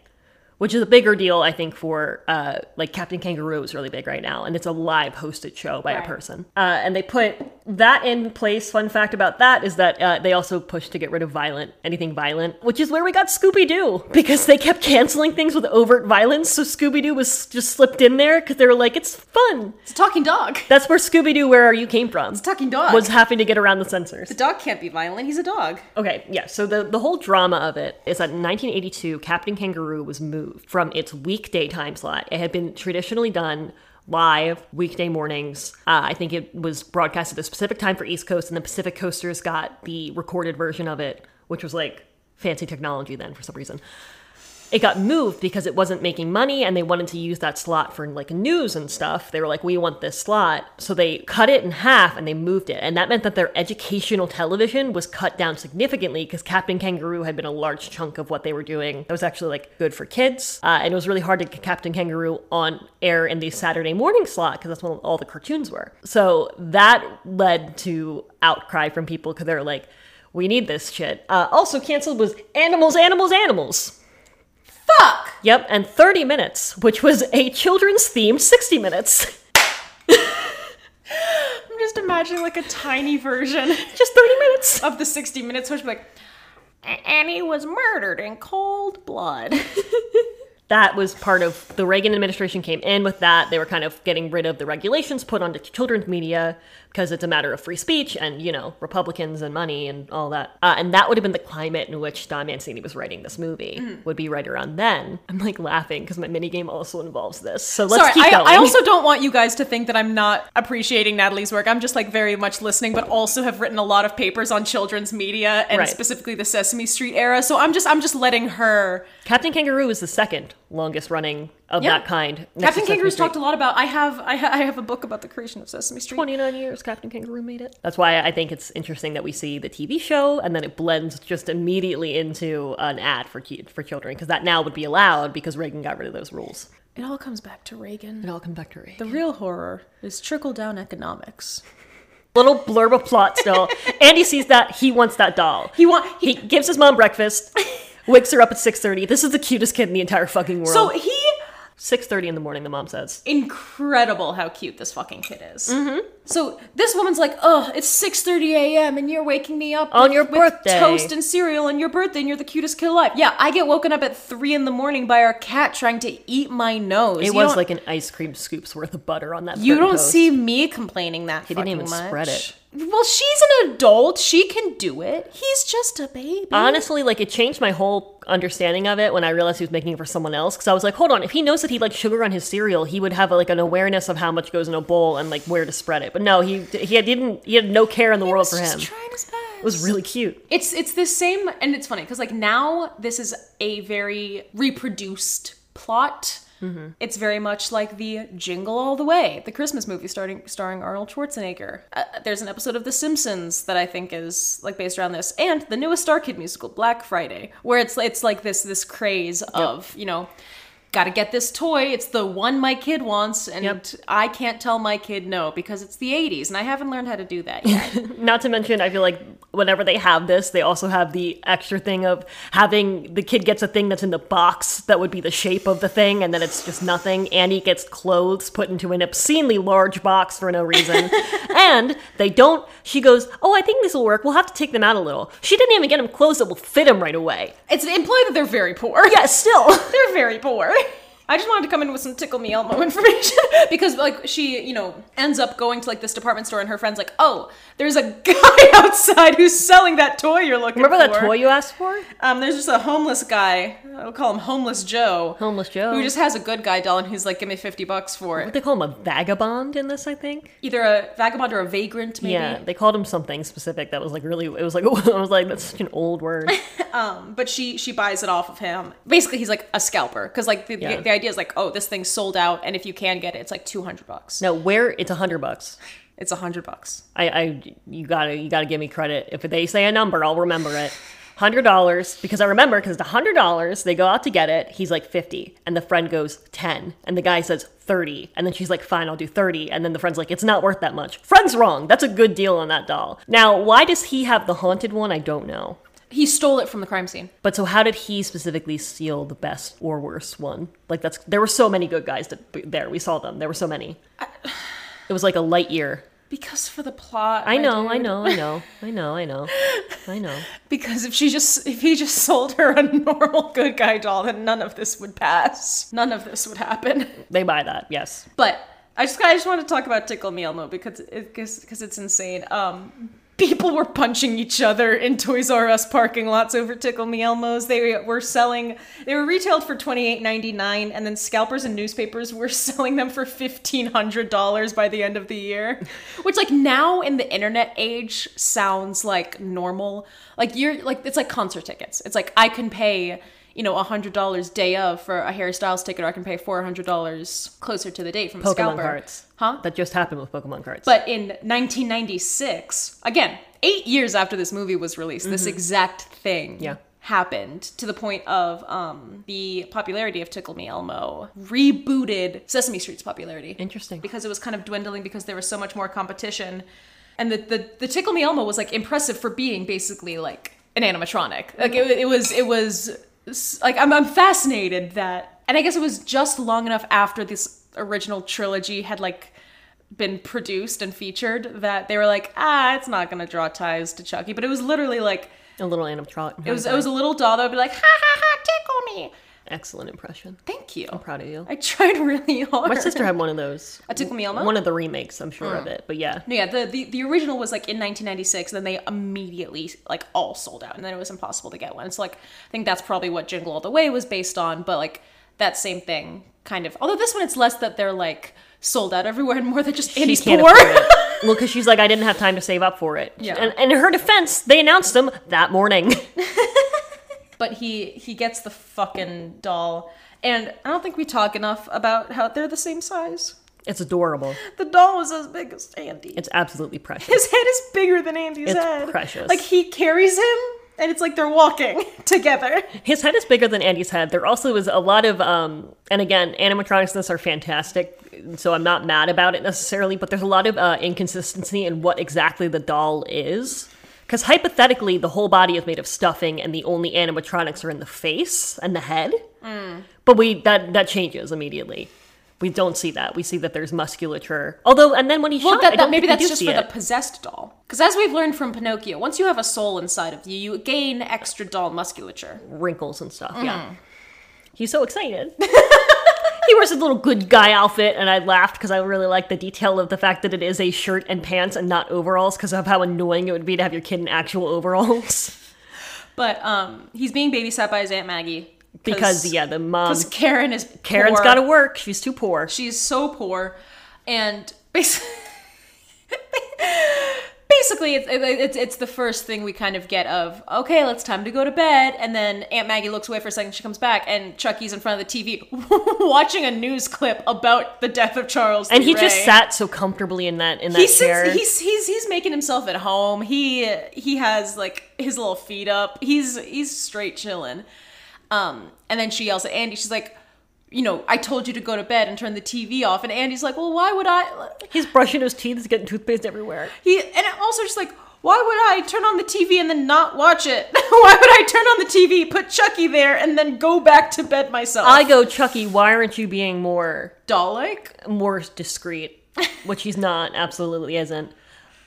which is a bigger deal i think for uh, like captain kangaroo is really big right now and it's a live hosted show by Right. a person uh, and they put that in place fun fact about that is that uh, they also pushed to get rid of violent anything violent which is where we got scooby-doo because they kept canceling things with overt violence so scooby-doo was just slipped in there because they were like it's fun It's a talking dog. that's where scooby-doo where are you came from It's a talking dog. was having to get around the censors the dog can't be violent. He's a dog. Okay, yeah. So the, the whole drama of it is that in 1982, Captain Kangaroo was moved from its weekday time slot. It had been traditionally done live weekday mornings. Uh, I think it was broadcast at a specific time for East Coast, and the Pacific Coasters got the recorded version of it, which was like fancy technology then for some reason. It got moved because it wasn't making money and they wanted to use that slot for like news and stuff. They were like, we want this slot. So they cut it in half and they moved it. And that meant that their educational television was cut down significantly because Captain Kangaroo had been a large chunk of what they were doing that was actually like good for kids. Uh, and it was really hard to get Captain Kangaroo on air in the Saturday morning slot because that's when all the cartoons were. So that led to outcry from people because they were like, we need this shit. Uh, also canceled was Animals, Animals, Animals. Fuck! Yep, and 30 minutes, which was a children's themed 60 minutes. I'm just imagining like a tiny version Just 30 minutes. of the 60 Minutes, which like, "A- Annie was murdered in cold blood. That was part of the Reagan administration came in with that. They were kind of getting rid of the regulations put onto children's media because it's a matter of free speech and, you know, Republicans and money and all that. Uh, and that would have been the climate in which Don Mancini was writing this movie, Mm-hmm. would be right around then. I'm like laughing because my minigame also involves this. So let's Sorry, keep I, going. I also don't want you guys to think that I'm not appreciating Natalie's work. I'm just like very much listening, but also have written a lot of papers on children's media and Right. specifically the Sesame Street era. So I'm just I'm just letting her. Captain Kangaroo is the second longest running of Yeah. that kind. next to Captain Sesame Kangaroo's Street. talked a lot about. I have I, ha- I have a book about the creation of Sesame Street. 29 years Captain Kangaroo made it. That's why I think it's interesting that we see the TV show and then it blends just immediately into an ad for ki- for children because that now would be allowed because Reagan got rid of those rules. It all comes back to Reagan. It all comes back to Reagan. The real horror is trickle down economics. Little blurb of plot still. Andy sees that he wants that doll. He want He gives his mom breakfast. Wakes her up at 6:30. This is the cutest kid in the entire fucking world. so he 6:30 in the morning, the mom says. incredible how cute this fucking kid is. Mm-hmm. So this woman's like, "Oh, it's six thirty a.m. and you're waking me up On your with birthday." toast and cereal on your birthday, and you're the cutest kid alive." Yeah, I get woken up at three in the morning by our cat trying to eat my nose. It You was don't- like an ice cream scoop's worth of butter on that. you third don't toast. see me complaining that he didn't even spread it. Well, she's an adult; she can do it. He's just a baby. honestly like it changed my whole understanding of it when i realized he was making it for someone else because i was like hold on if he knows that he likes sugar on his cereal he would have like an awareness of how much goes in a bowl and like where to spread it but no he he didn't he had no care in the world for Just him trying his best. it was really cute It's it's the same, and it's funny because like now this is a very reproduced plot. It's very much like the Jingle All the Way, the Christmas movie starting starring Arnold Schwarzenegger. Uh, there's an episode of The Simpsons that I think is like based around this, and the newest Star Kid musical, Black Friday, where it's it's like this this craze of you know. Gotta get this toy. It's the one my kid wants, and Yep. I can't tell my kid no because it's the 80s, and I haven't learned how to do that yet. not to mention i feel like whenever they have this they also have the extra thing of having the kid gets a thing that's in the box that would be the shape of the thing and then it's just nothing annie gets clothes put into an obscenely large box for no reason and they don't she goes oh i think this will work we'll have to take them out a little she didn't even get him clothes that will fit him right away it's implied that they're very poor. yeah still They're very poor. I just wanted to come in with some tickle me Elmo information because like she, you know, ends up going to like this department store and her friend's like, "Oh, there's a guy outside who's selling that toy you're looking Remember for." that toy you asked for? Um, there's just a homeless guy. I'll call him Homeless Joe. Homeless Joe. Who just has a good guy doll and he's like, "Give me 50 bucks for it." they call him a vagabond in this, I think. Either a vagabond or a vagrant maybe. Yeah, they called him something specific that was like really. It was like I was like that's such an old word. but she she buys it off of him. Basically, he's like a scalper because like the, Yeah. the, the idea is like, oh, this thing's sold out, and if you can get it, it's like two hundred bucks. no, where it's a hundred bucks. It's a hundred bucks. I, I you gotta you gotta give me credit. If they say a number, I'll remember it. Hundred dollars because I remember because it's hundred dollars. They go out to get it. He's like fifty, and the friend goes ten, and the guy says thirty, and then she's like, "Fine, I'll do 30. And then the friend's like, "It's not worth that much." Friend's wrong. That's a good deal on that doll. Now, why does he have the haunted one? I don't know. He stole it from the crime scene. But so, how did he specifically steal the best or worst one? Like that's there were so many good guys that there we saw them. There were so many. It was like a light year. Because for the plot, I my know, I dude. know, I know, I know, I know, I know. Because if she just if he just sold her a normal good guy doll, then none of this would pass. None of this would happen. They buy that, yes. But I just I just want to talk about Tickle Me Elmo because it because it's insane. Um, people were punching each other in Toys R Us parking lots over Tickle Me Elmos. They were selling they were retailed for twenty eight ninety nine, and then scalpers and newspapers were selling them for fifteen hundred dollars by the end of the year, which like now in the internet age sounds like normal. Like you're like it's like concert tickets. It's like I can pay you know, $100 day of for a Harry Styles ticket, or I can pay $400 closer to the date from a Pokemon scalper. cards. Huh? That just happened with Pokemon cards. But in 1996, again, eight years after this movie was released, this exact thing Yeah. happened to the point of um, the popularity of Tickle Me Elmo rebooted Sesame Street's popularity Interesting. because it was kind of dwindling because there was so much more competition. And the, the, the Tickle Me Elmo was like impressive for being basically like an animatronic. Like it, it was, it was like, I'm, I'm fascinated that, and I guess it was just long enough after this original trilogy had like been produced and featured that they were like, ah, it's not gonna draw ties to Chucky. But it was literally like, a little animatronic. it was, it was a little doll that would be like, ha ha ha, tickle me. excellent impression. Thank you. Proud of you. I tried really hard. My sister had one of those. A Tickle Me Elmo? One of the remakes, I'm sure of it. But yeah. No, yeah, the, the, the original was like in 1996, and then they immediately like all sold out, and then it was impossible to get one. So like, I think that's probably what Jingle All the Way was based on, but like that same thing kind of. Although this one, it's less that they're like sold out everywhere, and more that just Andy's can't poor. afford it. Well, because she's like, I didn't have time to save up for it. Yeah. And, and in her defense, they announced them that morning. but he he gets the fucking doll, and I don't think we talk enough about how they're the same size. it's adorable. The doll is as big as Andy. It's absolutely precious. His head is bigger than Andy's It's head. precious. Like he carries him, and it's like they're walking together. His head is bigger than Andy's head. There also is a lot of, um, and again, animatronics in this are fantastic, so I'm not mad about it necessarily, but there's a lot of uh, inconsistency in what exactly the doll is. Because hypothetically, the whole body is made of stuffing, and the only animatronics are in the face and the head. Mm. But we that that changes immediately. We don't see that. We see that there's musculature. Although, and then when he Well, shot, that, I that- don't maybe think we that's do just see for the it. possessed doll. Because as we've learned from Pinocchio, once you have a soul inside of you, you gain extra doll musculature. wrinkles and stuff. Mm. Yeah. He's so excited. he wears his little good guy outfit, and I laughed because I really like the detail of the fact that it is a shirt and pants and not overalls because of how annoying it would be to have your kid in actual overalls. But um, he's being babysat by his aunt Maggie because, yeah, the mom. 'cause Karen is Karen's poor. got to work. She's too poor. She's so poor, and basically, basically, it's, it- it's it's the first thing we kind of get of. Okay, let's time to go to bed, and then Aunt Maggie looks away for a second. She comes back, and Chucky's in front of the TV watching a news clip about the death of Charles. and he Lee just Ray. sat so comfortably in that in that he chair. sits, he's he's he's making himself at home. He he has like his little feet up. He's he's straight chilling. Um, and then she yells at Andy. She's like, you know, I told you to go to bed and turn the TV off. And Andy's like, well, why would I? He's brushing his teeth. He's getting toothpaste everywhere. He and also just like, why would I turn on the TV and then not watch it? why would I turn on the TV, put Chucky there, and then go back to bed myself? I go, Chucky. Why aren't you being more doll like. more discreet, which he's not, absolutely isn't.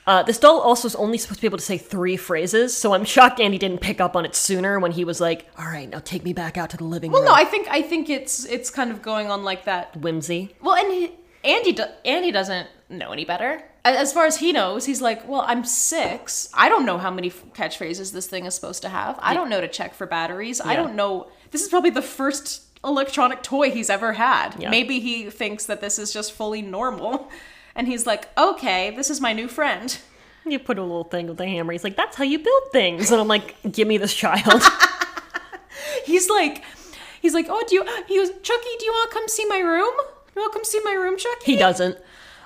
Uh, this doll also is only supposed to be able to say three phrases, so I'm shocked Andy didn't pick up on it sooner when he was like, "All right, now take me back out to the living Well, room." no, I think I think it's it's kind of going on like that Whimsy. Well, and he, Andy do, Andy doesn't know any better. A- As far as he knows, he's like, "Well, I'm 6. I don't know how many f- catchphrases this thing is supposed to have. I don't know to check for batteries. I Yeah. don't know. This is probably the first electronic toy he's ever had. Yeah. Maybe he thinks that this is just fully normal." And he's like, "Okay, this is my new friend." You put a little thing with a hammer. He's like, "That's how you build things," and I'm like, "Give me this child." He's like he's like, "Oh, do you He goes, "Chucky, do you want to come see my room? You want to come see my room, Chucky?" he doesn't.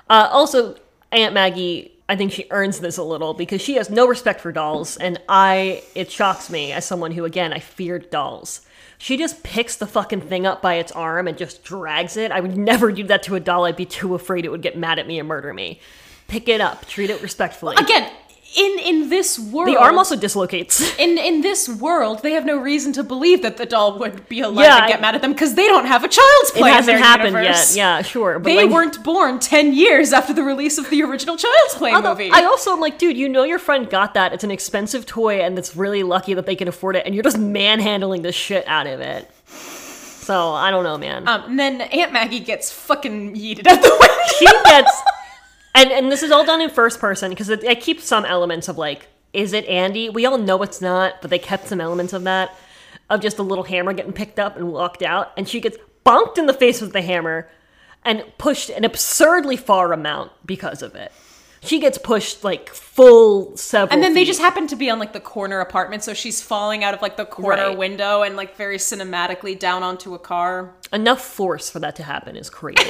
Uh, also, Aunt Maggie, I think she earns this a little because she has no respect for dolls, and I it shocks me as someone who, again, I feared dolls. She just picks the fucking thing up by its arm and just drags it. I would never do that to a doll. I'd be too afraid it would get mad at me and murder me. Pick it up, treat it respectfully. Again, in in this world the arm also dislocates. in in this world, they have no reason to believe that the doll would be alive Yeah, and get I- mad at them because they don't have a child's It play. in hasn't their happened universe. yet. Yeah, sure. But They like, weren't born ten years after the release of the original Child's Play Although, movie. I also am like, dude, you know your friend got that. It's an expensive toy, and it's really lucky that they can afford it, and you're just manhandling the shit out of it. So I don't know, man. um, and then Aunt Maggie gets fucking yeeted out the window. she gets, and and this is all done in first person because I keep some elements of like, is it Andy? We all know it's not, but they kept some elements of that, of just a little hammer getting picked up and walked out, and she gets bonked in the face with the hammer, and pushed an absurdly far amount because of it. She gets pushed like full several. And then they feet. just happen to be on like the corner apartment, so she's falling out of like the corner Right. window and like very cinematically down onto a car. enough force for that to happen is crazy.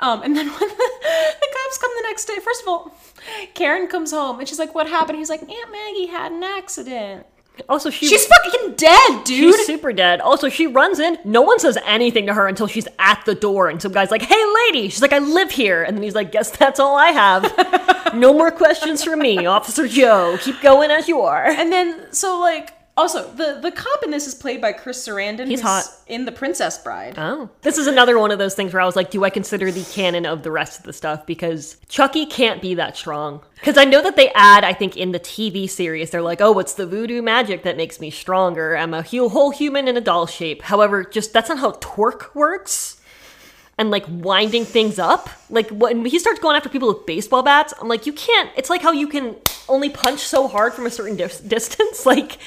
Um, and then when the, the cops come the next day, first of all, Karen comes home and she's like, "What happened?" He's like, "Aunt Maggie had an accident." also, she She's fucking dead, dude. she's super dead. Also, she runs in. No one says anything to her until she's at the door, and some guy's like, "Hey, lady." She's like, "I live here," and then he's like, "Guess that's all I have. no more questions for me, Officer Joe. Keep going as you are." and then so like also the the cop in this is played by Chris Sarandon. He's who's hot. in The Princess Bride. Oh. This is another one of those things where I was like, do I consider the canon of the rest of the stuff? Because Chucky can't be that strong. Because I know that they add, I think, in the TV series, they're like, oh, it's the voodoo magic that makes me stronger. I'm a hu- whole human in a doll shape. However, just that's not how torque works. And like winding things up. Like when he starts going after people with baseball bats, I'm like, you can't. It's like how you can only punch so hard from a certain dis- distance. Like,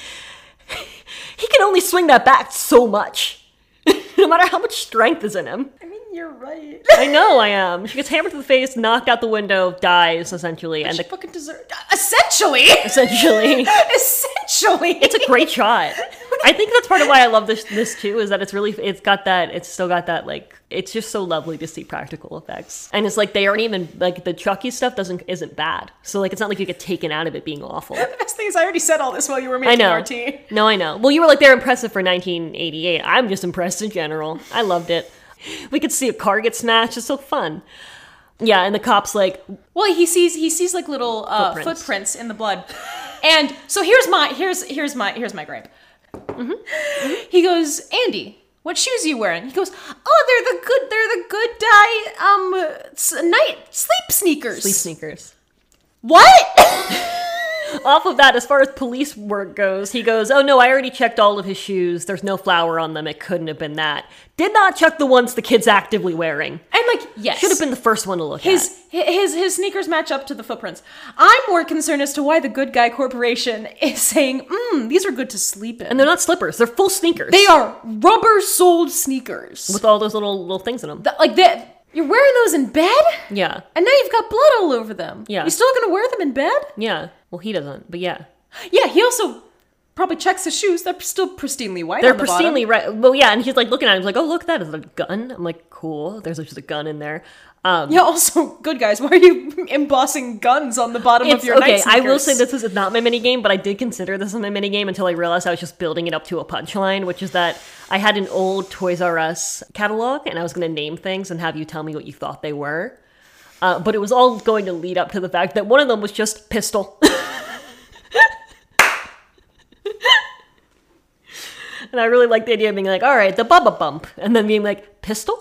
he can only swing that bat so much no matter how much strength is in him. I mean, you're right. I know I am. She gets hammered to the face, knocked out the window, dies essentially, and she the, fucking deserve essentially. essentially, essentially, it's a great shot. I think that's part of why I love this this too is that it's really it's got that it's still got that like it's just so lovely to see practical effects and it's like they aren't even like the Chucky stuff doesn't isn't bad so like it's not like you get taken out of it being awful. the best thing is I already said all this while you were I making know. our tea. No, I know. Well, you were like they're impressive for 1988. I'm just impressed in general. I loved it. We could see a car get smashed. It's so fun. Yeah, and the cops like Well, he sees he sees like little uh, footprints. Footprints. in the blood, and so here's my here's here's my here's my gripe. Mm-hmm. He goes, Andy, what shoes are you wearing? He goes, Oh, they're the good they're the good die um s- night sleep sneakers. sleep sneakers. What? Off of that, as far as police work goes, he goes, "Oh no, I already checked all of his shoes. There's no flour on them. It couldn't have been that. Did not check the ones the kid's actively wearing. I'm like, yes. Should have been the first one to look at." His, his his sneakers match up to the footprints. I'm more concerned as to why the Good Guy Corporation is saying, "Mm, these are good to sleep in." And they're not slippers. They're full sneakers. They are rubber-soled sneakers. with all those little little things in them. Th- like that you're wearing those in bed yeah, and now you've got blood all over them Yeah. you're still gonna wear them in bed yeah. Well, he doesn't, but yeah. yeah he also probably checks his shoes they're still pristinely white They're on the pristinely right. Well, yeah, and he's like looking at him, he's like, "Oh, look, that is a gun." I'm like, "Cool." There's just a gun in there. Um, bottom. yeah also good guys why are you embossing guns on the bottom of it's your okay. night I will sneakers? say this is not my mini game, but I did consider this as my mini game until I realized I was just building it up to a punchline, which is that I had an old Toys R Us catalog, and I was going to name things and have you tell me what you thought they were. Uh, but it was all going to lead up to the fact that one of them was just pistol. and I really liked the idea of being like, all right, the Bubba Bump, and then being like, pistol?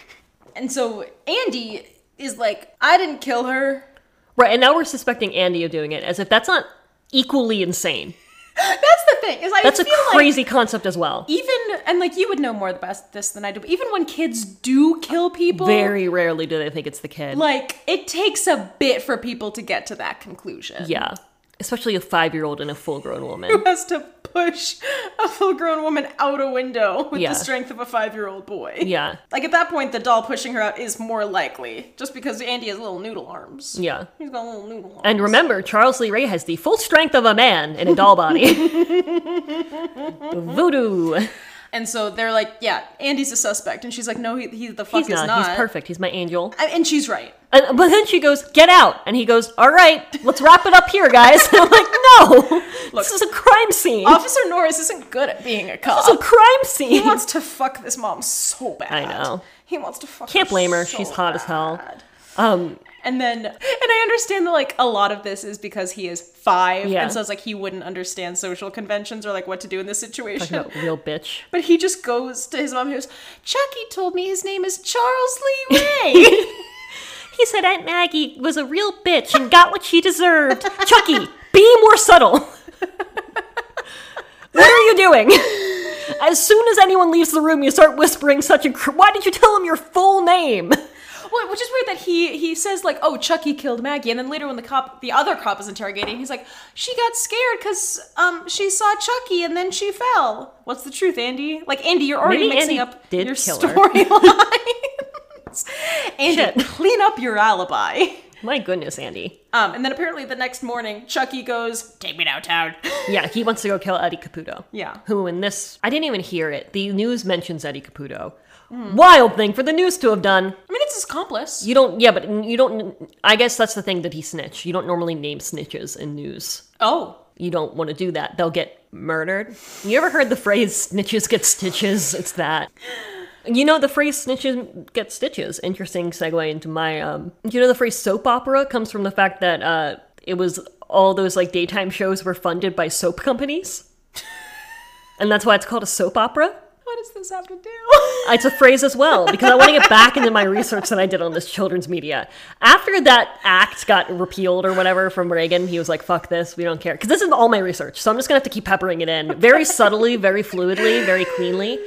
and so andy is like i didn't kill her Right, and now we're suspecting Andy of doing it as if that's not equally insane. That's the thing. Is I That's a feel like crazy concept as well. even and like you would know more about this than I do. But even when kids do kill people, Very rarely do they think it's the kid. like it takes a bit for people to get to that conclusion. yeah. Especially a five year old and a full grown woman. Has to push a full-grown woman out a window with Yeah. the strength of a five-year-old boy. Yeah. Like at that point, the doll pushing her out is more likely, just because Andy has little noodle arms. Yeah. He's got little noodle arms. And remember, Charles Lee Ray has the full strength of a man in a doll body. Voodoo. And so they're like, yeah, Andy's a suspect. And she's like, no, he, he the fuck He's is not. not. He's perfect. He's my angel. I- And she's right. And, but then she goes, "Get out!" And he goes, "All right, let's wrap it up here, guys." And I'm like, "No, this is a crime scene. Officer Norris isn't good at being a cop. It's a crime he scene." wants to fuck this mom so bad. I know. He wants to fuck. Can't blame her. so She's hot as hell. bad. Um, And then, and I understand that like a lot of this is because he is five, Yeah. and so it's like he wouldn't understand social conventions or like what to do in this talking situation. about real bitch. But he just goes to his mom. He goes, Chucky told me his name is Charles Lee Ray. He said Aunt Maggie was a real bitch and got what she deserved. Chucky, be more subtle. what are you doing? As soon as anyone leaves the room, you start whispering such a. Cr- Why did you tell him your full name? Well, which is weird that he he says like, "Oh, Chucky killed Maggie," and then later when the cop, the other cop, is interrogating, he's like, "She got scared because um she saw Chucky and then she fell." What's the truth, Andy? Like, Andy, you're already Maybe mixing Andy up did your kill her. storylines. Andy, Shit. clean up your alibi. My goodness, Andy. Um, and then apparently the next morning, Chucky goes, "Take me downtown." Yeah, he wants to go kill Eddie Caputo. Yeah. Who in this, I didn't even hear it. The news mentions Eddie Caputo. Wild thing for the news to have done. I mean, it's his accomplice. You don't, yeah, but you don't, I guess that's the thing that he snitched. You don't normally name snitches in news. Oh, You don't want to do that. They'll get murdered. You ever heard the phrase snitches get stitches? It's that. You know the phrase snitches get stitches. Interesting segue into my um you know the phrase soap opera comes from the fact that uh it was all those like daytime shows were funded by soap companies. and that's why it's called a soap opera. what does this have to do? It's a phrase as well because I want to get back into my research that I did on this children's media. After that act got repealed or whatever from Reagan, he was like, "Fuck this, we don't care." Because this is all my research, so I'm just gonna have to keep peppering it in very subtly, very fluidly, very cleanly.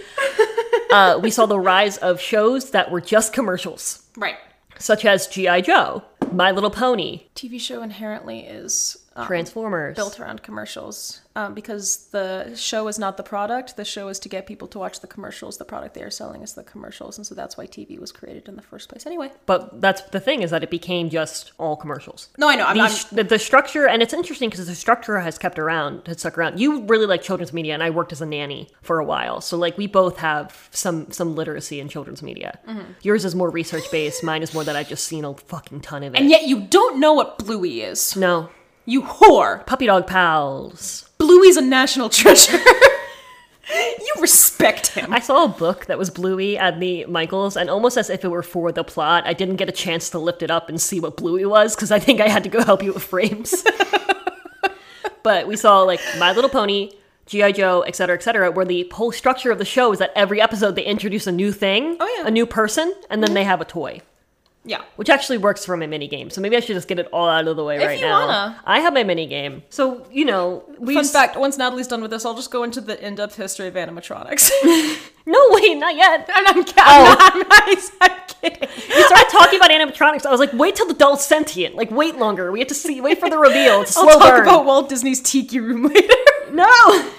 Uh, we saw the rise of shows that were just commercials, right. such as GI Joe, My Little Pony, TV show inherently is um, Transformers. built around commercials um, because the show is not the product. The show is to get people to watch the commercials. The product they are selling is the commercials, and so that's why TV was created in the first place. Anyway, But that's the thing is that it became just all commercials. no, I know. I'm, the, I'm sh- the, the structure, and it's interesting because the structure has kept around, has stuck around. You really like children's media, and I worked as a nanny for a while, so like we both have some some literacy in children's media. Yours is more research based. Mine is more that I've just seen a fucking ton of it. and yet you don't know what Bluey is. no, You whore. puppy dog pals. Bluey's a national treasure. you respect him. I saw a book that was Bluey at the Michaels, and almost as if it were for the plot, I didn't get a chance to lift it up and see what Bluey was because I think I had to go help you with frames. but we saw like My Little Pony, G.I. Joe, et cetera, et cetera, where the whole structure of the show is that every episode they introduce a new thing, Oh, yeah. Mm-hmm. a new person, and then they have a toy. Yeah. Which actually works for my mini game, so maybe I should just get it all out of the way right you now. wanna. I have my mini game, so you know we. Fun fact: Once Natalie's done with this, I'll just go into the in-depth history of animatronics. Oh. no, wait, not yet. and I'm, ca- I'm, not, I'm, not, I'm kidding. You started talking about animatronics. I was like, wait till the doll's sentient. Like, wait longer. We have to see. Wait for the reveal. It's a slow I'll talk burn. about Walt Disney's Tiki Room later. no.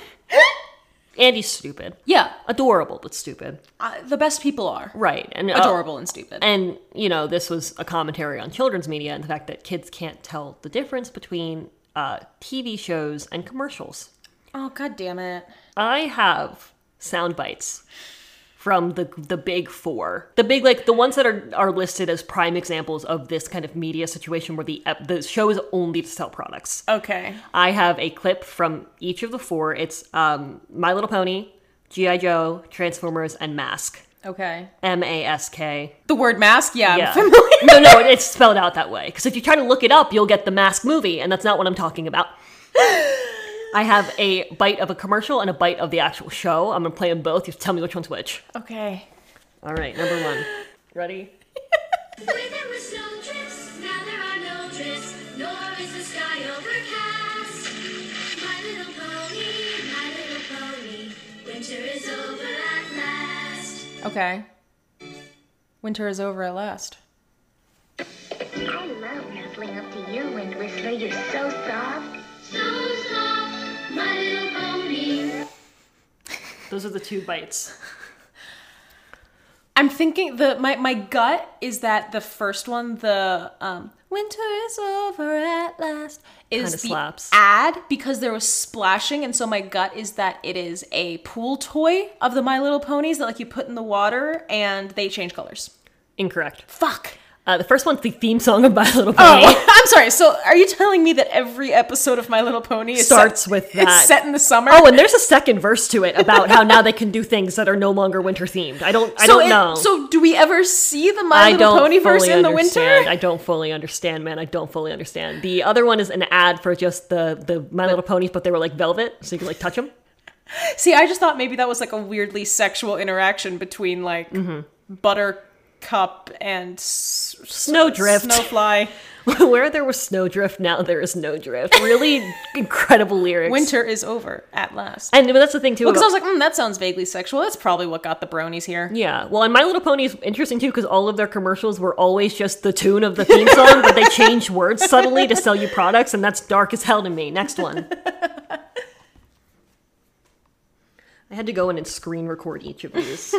Andy's stupid. Yeah, Adorable, but stupid. uh, the best people are Right. And uh, adorable and stupid. and you know, this was a commentary on children's media and the fact that kids can't tell the difference between uh, TV shows and commercials. oh god damn it! I have sound bites from the the big four, the big like the ones that are are listed as prime examples of this kind of media situation where the ep- the show is only to sell products. Okay, I have a clip from each of the four. It's um, My Little Pony, G.I. Joe, Transformers, and Mask. okay. M A S K. The word mask, yeah, Yeah. I'm familiar. No, no, it's spelled out that way. Because if you try to look it up, you'll get the Mask movie, and that's not what I'm talking about. I have a bite of a commercial and a bite of the actual show. I'm gonna play them both. You have to tell me which one's which. Okay. All right, number one. Ready? Where there was no drifts, now there are no drifts. Winter is over at last. Okay. Winter is over at last. I love nuzzling up to you, Wind Whistler. You're so soft. So soft, my little pony. Those are the two bites. I'm thinking the my, my gut is that the first one, the um, winter is over at last, is Kinda the slaps. ad because there was splashing, and so my gut is that it is a pool toy of the My Little Ponies that like you put in the water and they change colors. Incorrect. Fuck. Uh, the first one's the theme song of My Little Oh. Pony. I'm sorry. So are you telling me that every episode of My Little Pony is Starts set, with that. It's set in the summer. Oh, and there's a second verse to it about how now they can do things that are no longer winter themed. I don't. I so don't it- know. So do we ever see the My I Little don't Pony verse fully in the understand. winter? I don't fully understand, man. I don't fully understand. The other one is an ad for just the the My Little Ponies, but they were like velvet, so you could like touch them. See, I just thought maybe that was like a weirdly sexual interaction between like Mm-hmm. Buttercup and s- Snowdrift. Snowfly. Where there was snowdrift, now there is no drift. Really incredible lyrics. Winter is over at last. And that's the thing too. Because I about- was like, mm, that sounds vaguely sexual. That's probably what got the bronies here. yeah. Well, and My Little Pony is interesting too because all of their commercials were always just the tune of the theme song, but they changed words subtly to sell you products, and that's dark as hell to me. Next one. I had to go in and screen record each of these,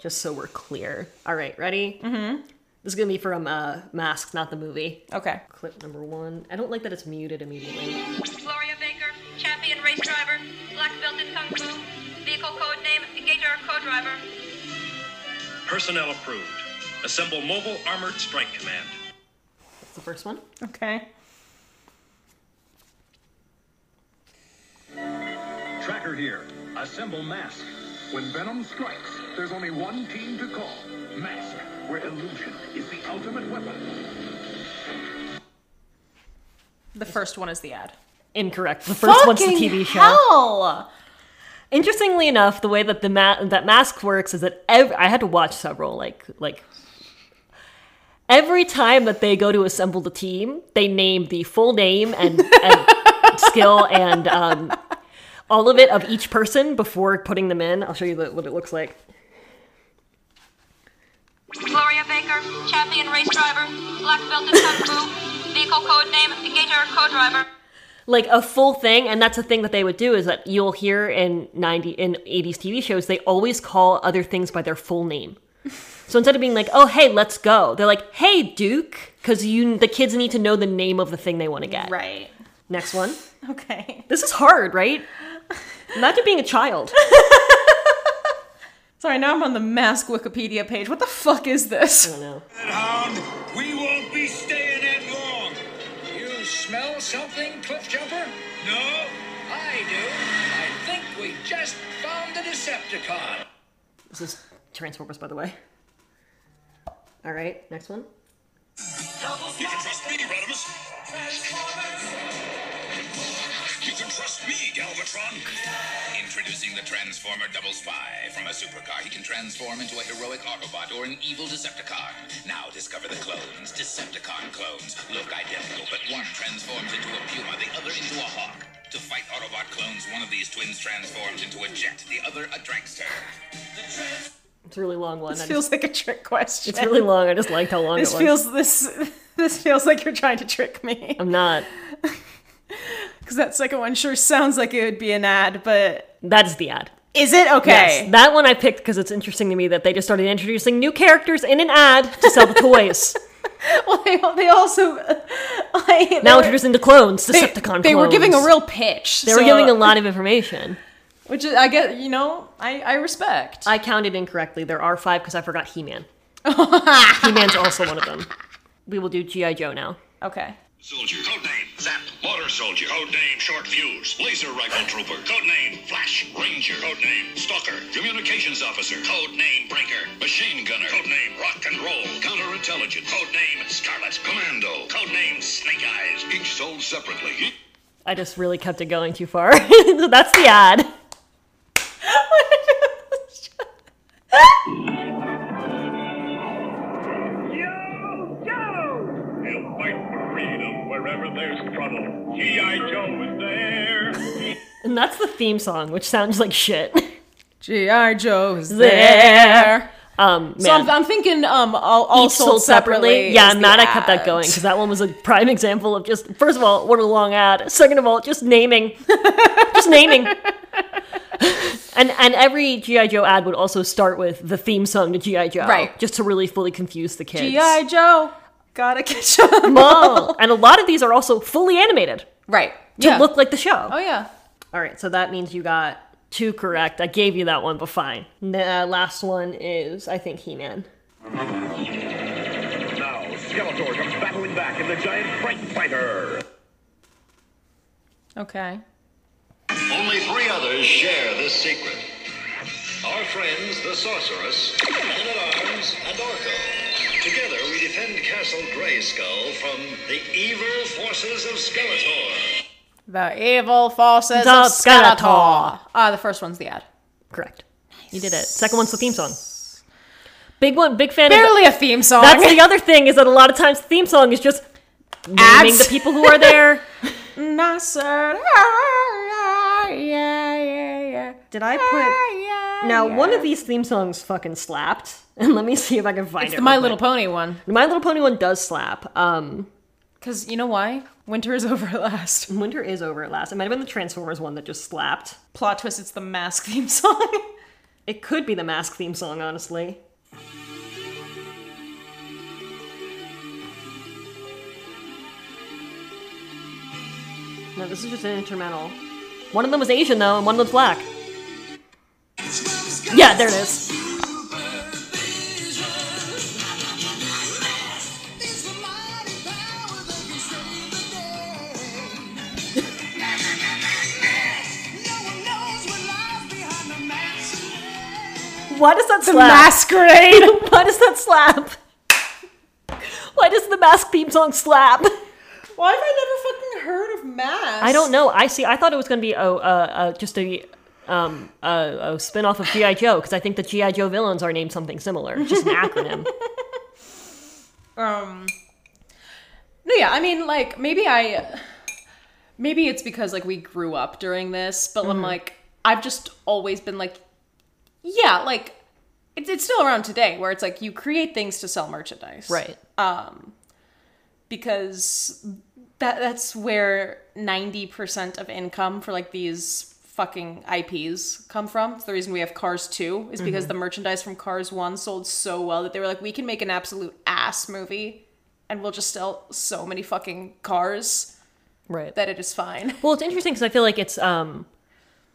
just so we're clear. All right, ready? Mm-hmm. This is gonna be from uh, Masks, not the movie. Okay. Clip number one. I don't like that it's muted immediately. Gloria Baker, champion race driver, black belt in kung fu, vehicle code name Gator co-driver. Personnel approved. Assemble Mobile Armored Strike Command. That's the first one. Okay. Tracker here. Assemble Mask. When venom strikes, there's only one team to call. Mask, where illusion is the ultimate weapon. The first one is the ad. Incorrect. The first one's the Fucking TV show. Hell! Interestingly enough, the way that the ma- that mask works is that ev- I had to watch several like like every time that they go to assemble the team, they name the full name and, and skill and um, all of it of each person before putting them in. I'll show you the, what it looks like. Gloria Baker, champion race driver, black belt in kung fu, vehicle code name Gator co-driver. like a full thing and that's the thing that they would do is that you'll hear in 90 in 80s tv shows they always call other things by their full name so instead of being like oh hey let's go they're like hey duke because you the kids need to know the name of the thing they want to get Right. next one Okay. this is hard right imagine being a child Sorry, now I'm on the mask Wikipedia page. What the fuck is this? i don't know Hound, we won't be staying that long. You smell something, Cliff Jumper? No. I do. I think we just found the Decepticon. this is transformers by the way all right next one You can trust me, Rodimus. You can trust me, Galvatron. Introducing the Transformer Double Spy. From a supercar, he can transform into a heroic Autobot or an evil Decepticon. Now discover the clones, Decepticon clones. Look identical, but one transforms into a puma, the other into a hawk. To fight Autobot clones, one of these twins transforms into a jet, the other a dragster. it's a really long one I This just- feels like a trick question. it's really long i just liked how long This it was feels this this feels like you're trying to trick me. i'm not Because that second one sure sounds like it would be an ad, but that's the ad is it okay? Yes, that one I picked because it's interesting to me that they just started introducing new characters in an ad to sell the toys. well, they, they also like, they now were- introducing the clones, Decepticon They were giving a clones. real uh, pitch. They were giving a lot of information. which is, I get. You know, I I respect. I counted incorrectly. There are five because I forgot He Man. He Man's also one of them. We will do G.I. Joe now. okay. Soldier. Codename Zap. Water Soldier. Codename Short Fuse. Laser Rifle Trooper. Codename Flash Ranger. Codename Stalker. Communications Officer. Codename Breaker. Machine Gunner. Codename Rock and Roll. Counterintelligence. Codename Scarlet. Commando. Codename Snake Eyes. Each sold separately. I just really kept it going too far. so that's the ad. Yo, yo! He'll fight for freedom Wherever there's trouble, G.I. Joe is there. And that's the theme song, which sounds like shit. G.I. Joe's there. Um, man. So I'm, I'm thinking um, all, all each sold, sold separately. separately. yeah, is I'm the mad I kept that ad. going because that one was a prime example of just first of all, what a long ad. Second of all, just naming, just naming. And and every GI Joe ad would also start with the theme song to GI Joe, Right. Just to really fully confuse the kids. G.I. Joe, gotta catch 'em. Mom. and a lot of these are also fully animated Right. to yeah. look like the show. Oh yeah. All right, so that means you got two correct. I gave you that one, but fine. Nah, last one is I think He Man. now, Skeletor comes battling back in the giant Frank Fighter. Okay. Only three others share this secret. Our friends, the Sorceress, Man-at-Arms, and Orko. Together, we defend Castle Grayskull from the evil forces of Skeletor. The evil forces The of Skeletor. Skeletor. Ah, the first one's the ad. Correct. You did it. Second one's the theme song. Big one, big fan. of Barely a theme song. That's the other thing is that a lot of times the theme song is just naming the Ads. people who are there. Nasser. Yeah, yeah, yeah. Did I put Yeah, now yeah. one of these theme songs fucking slapped, and let me see if I can find It's it. the My real Little quick. Pony one. My Little Pony one does slap. Um, Because you know why? Winter is over at last. Winter is over at last. It might have been the Transformers one that just slapped. Plot twist, it's the mask theme song. It could be the Mask theme song, honestly. No, this is just an instrumental. One of them was Asian though, and one of them's black. Yeah, there it is. Why does that slap? Masquerade! Why does that slap? Why does the mask theme song slap? Why have I never fucking heard of mask? I don't know. I see. I thought it was going to be oh, uh, uh, just a um, a, a spin off of GI Joe because I think the GI Joe villains are named something similar, just an acronym. Um. No, yeah, I mean, like maybe I, maybe it's because like we grew up during this, but I'm like I've just always been like, yeah, like it's it's still around today where it's like you create things to sell merchandise, Because that that's where ninety percent of income for like these fucking IPs come from. It's the reason we have Cars Two is because the merchandise from Cars One sold so well that they were like, we can make an absolute ass movie, and we'll just sell so many fucking cars right. that it is fine. Well, it's interesting because I feel like it's um,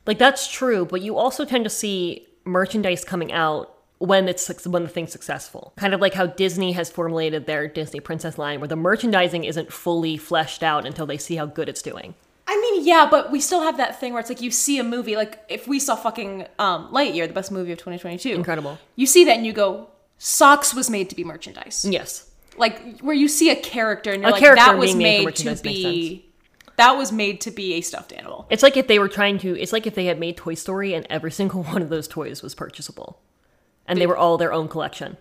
like that's true, but you also tend to see merchandise coming out when it's suc- when the thing's successful. Kind of like how Disney has formulated their Disney Princess line, where the merchandising isn't fully fleshed out until they see how good it's doing. I mean, yeah, but we still have that thing where it's like you see a movie, like if we saw fucking um, Lightyear, the best movie of 2022, Incredible. You see that and you go, socks was made to be merchandise. Yes. like where you see a character and you're A like character that was being made for made to merchandise makes be that was made to be a stuffed animal It's like if they were trying to. It's like if they had made Toy Story and every single one of those toys was purchasable, and they were all their own collection.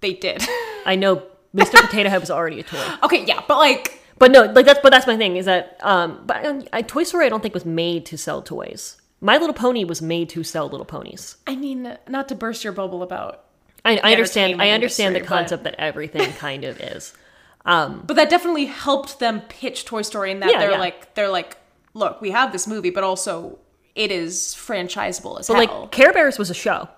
they did I know Mr. Potato Head was already a toy, okay yeah but like but no, like that's. But that's my thing is that. Um, but um, I, Toy Story, I don't think was made to sell toys. My Little Pony was made to sell little ponies. i mean not to burst your bubble about I, I understand. I entertainment understand the industry, but- concept that everything kind of is. but that definitely helped them pitch toy story in that Yeah, they're yeah. like they're like look we have this movie but also it is franchisable as But hell like Care Bears was a show,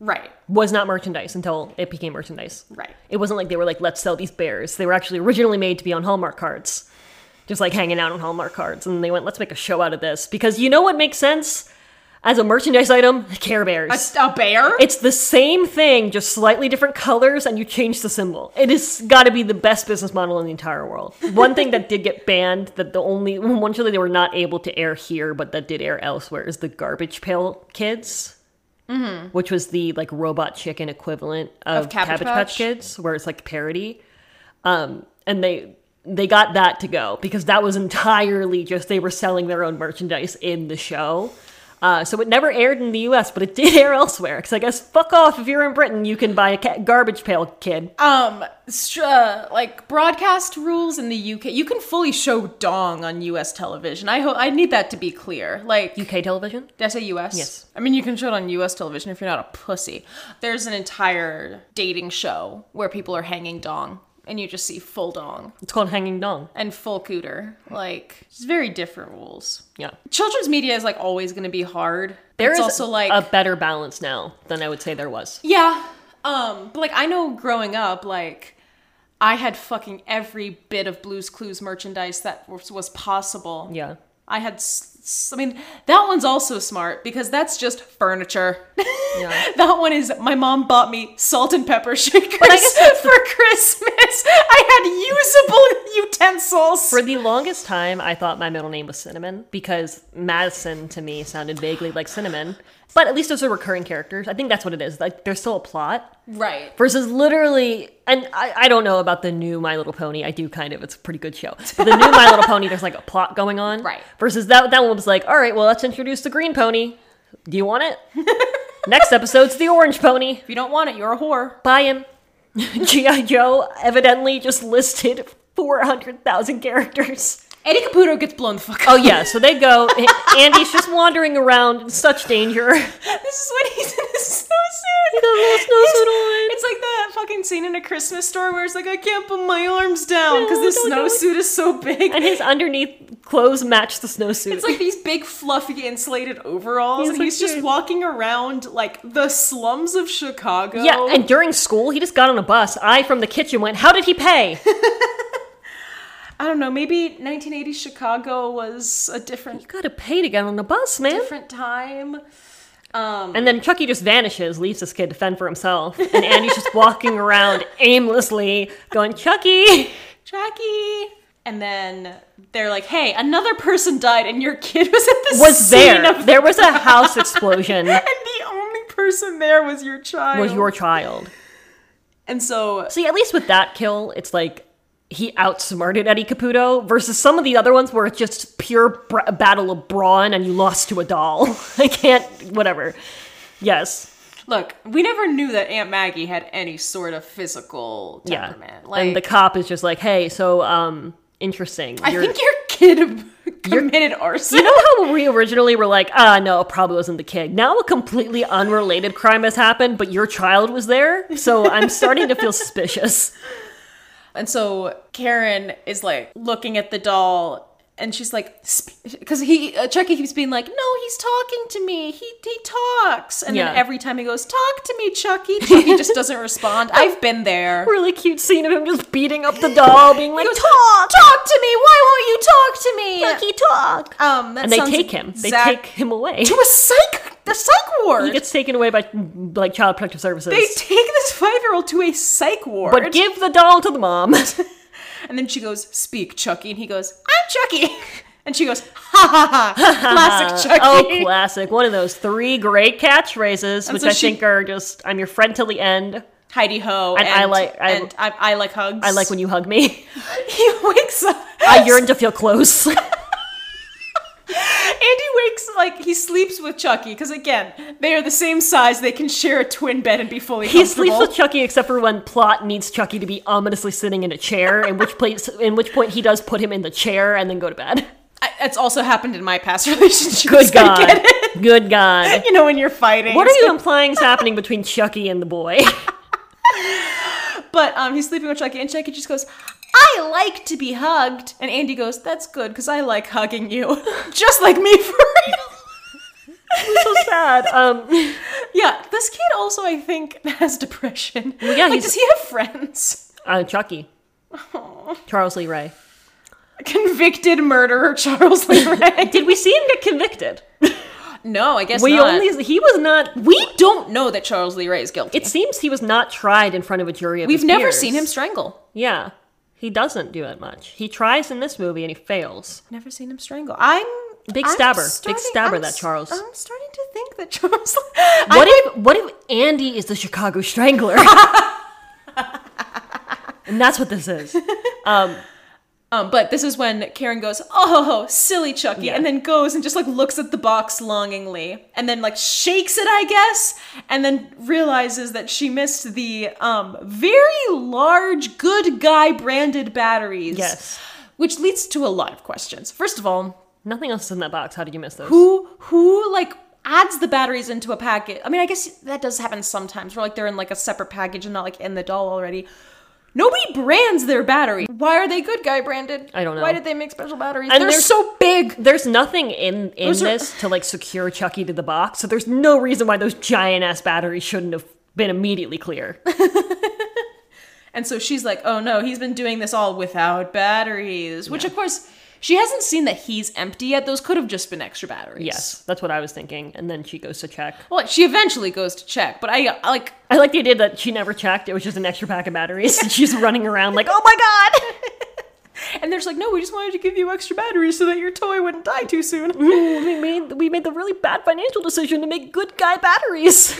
right was not merchandise until it became merchandise. right It wasn't like they were like, let's sell these bears. They were actually originally made to be on Hallmark cards, just like hanging out on Hallmark cards. And they went, let's make a show out of this. Because you know what makes sense as a merchandise item? Care a, Bears. a bear It's the same thing, just slightly different colors, and you change the symbol. It has got to be the best business model in the entire world. One thing that did get banned, that the only one show that they were not able to air here, but that did air elsewhere, is the Garbage Pail Kids, which was the like robot chicken equivalent Mm-hmm. of, Cabbage, Patch. Kids, where it's like parody. Um, and they they got that to go because that was entirely just they were selling their own merchandise in the show. Uh, so it never aired in the U.S., but it did air elsewhere. Because I guess fuck off if you're in Britain, you can buy a ca- garbage pail kid. Um, str- uh, like broadcast rules in the UK, you can fully show dong on U.S. television. I hope I need that to be clear. Like UK television. Did I say US? Yes. I mean, you can show it on US television if you're not a pussy. There's an entire dating show where people are hanging dong and you just see full dong It's called Hanging Dong. and full cooter. Like, it's very different rules. Yeah. Children's media is like always going to be hard. There it's is also like a better balance now than I would say there was. yeah. Um, but like I know growing up like I had fucking every bit of Blue's Clues merchandise that was, was possible. Yeah. I had, s- s- I mean, that one's also smart because that's just furniture. that one is my mom bought me salt and pepper shakers guess that's for Christmas. I had usable utensils. For the longest time, I thought my middle name was Cinnamon because Madison to me sounded vaguely like cinnamon. But at least those are recurring characters. I think that's what it is. Like there's still a plot right. versus literally. And I, I don't know about the new My Little Pony. I do kind of. It's a pretty good show. But the new My Little Pony, there's like a plot going on. Right. Versus that that one was like, all right, well let's introduce the green pony. Do you want it? Next episode's the orange pony. If you don't want it, you're a whore. Buy him. G.I. Joe evidently just listed 400,000 characters. Eddie Caputo gets blown the fuck Oh up. yeah, so they go. Andy's just wandering around in such danger. This is when he's in his snowsuit. He got a little snowsuit He's- on. It's like that fucking scene in a Christmas store where it's like, I can't put my arms down because No, this don't do it. snowsuit is so big. And his underneath clothes match the snowsuit. It's like these big fluffy insulated overalls, He's and so he's just cute. walking around like the slums of Chicago. yeah, and during school, he just got on a bus. I from the kitchen went, "How did he pay?" I don't know. Maybe 1980s Chicago was a different you gotta pay to get on the bus, man. different time. Um, And then Chucky just vanishes, leaves this kid to fend for himself, and Andy's just walking around aimlessly, going, "Chucky." Jackie. And then they're like, "Hey, another person died, and your kid was at the Was scene there? of- There was a house explosion. and the only person there was your child. Was your child? and so See, at least with that kill, it's like he outsmarted Eddie Caputo versus some of the other ones where it's just pure br- battle of brawn and you lost to a doll. I can't, whatever. Yes, look, we never knew that Aunt Maggie had any sort of physical yeah. temperament. Like, and the cop is just like, hey, so, um, interesting. I think your kid committed arson. you know how we originally were like, ah, no, it probably wasn't the kid. Now a completely unrelated crime has happened, but your child was there, so I'm starting to feel suspicious. And so Karen is like looking at the doll and she's like because he uh, Chucky keeps being like no he's talking to me he he talks and Yeah. then every time he goes talk to me Chucky Chucky just doesn't respond I've been there Really cute scene of him just beating up the doll, being like, He goes, talk talk to me why won't you talk to me Chucky, talk. um that and they sounds take him. They exact- take him away. to a psych the psych ward He gets taken away by like child protective services. they take this five year old to a psych ward but give the doll to the mom. And then she goes, Speak, Chucky. And he goes, I'm Chucky. And she goes, Ha ha ha. Classic Chucky. oh, classic! One of those three great catchphrases, which so I she- think are just "I'm your friend till the end." Heidi Ho. And I like- I- and I, I like hugs. I like when Uh, you hug me. he wakes up. I yearn to feel close. Andy wakes like he sleeps with Chucky because again they are the same size. They can share a twin bed and be fully he comfortable. sleeps with Chucky, except for when Plot needs Chucky to be ominously sitting in a chair. In which place, in which point, he does put him in the chair and then go to bed. I, it's also happened in my past relationships. Good I God! get it. Good God! You know when you're fighting. What are you implying is happening between Chucky and the boy? But um, he's sleeping with Chucky, and Chucky just goes, "I like to be hugged," and Andy goes, "That's good because I like hugging you, just like me for real." so sad. Um, Yeah, this kid also I think has depression. yeah, like, he's- does he have friends? uh, Chucky. Charles Lee Ray. Convicted murderer Charles Lee Ray. Did we see him get convicted? no, I guess We not. only he was not. we don't know that Charles Lee Ray is guilty. It seems he was not tried in front of a jury. Of We've his never peers. seen him strangle. Yeah, he doesn't do it much. He tries in this movie and he fails. Never seen him strangle. I'm Big I'm stabber. Big starting- stabber, I'm that s- oh. Charles. I'm starting to think that Charles. What if what if Andy is the Chicago Strangler? and that's what this is. Um, Um, but this is when Karen goes, "Oh, silly Chucky," Yeah. and then goes and just like looks at the box longingly, and then like shakes it, I guess, and then realizes that she missed the um, very large good guy branded batteries. Yes. which leads to a lot of questions. First of all, Nothing else is in that box. How did you miss those? who who like adds the batteries into a packet i mean i guess that does happen sometimes where like they're in like a separate package and not like in the doll already nobody brands their battery why are they good guy branded I don't know. why did they make special batteries And they're there's- so big There's nothing in in Those are- this to like secure Chucky to the box, so there's no reason why those giant ass batteries shouldn't have been immediately clear. and so she's like oh no he's been doing this all without batteries which of course she hasn't seen that he's empty yet those could have just been extra batteries yes, that's what I was thinking. And then she goes to check. well she eventually goes to check but i I, like I like the idea that she never checked. It was just an extra pack of batteries. and she's running around like, oh my god. and there's like no we just wanted to give you extra batteries so that your toy wouldn't die too soon we made we made the really bad financial decision to make good guy batteries.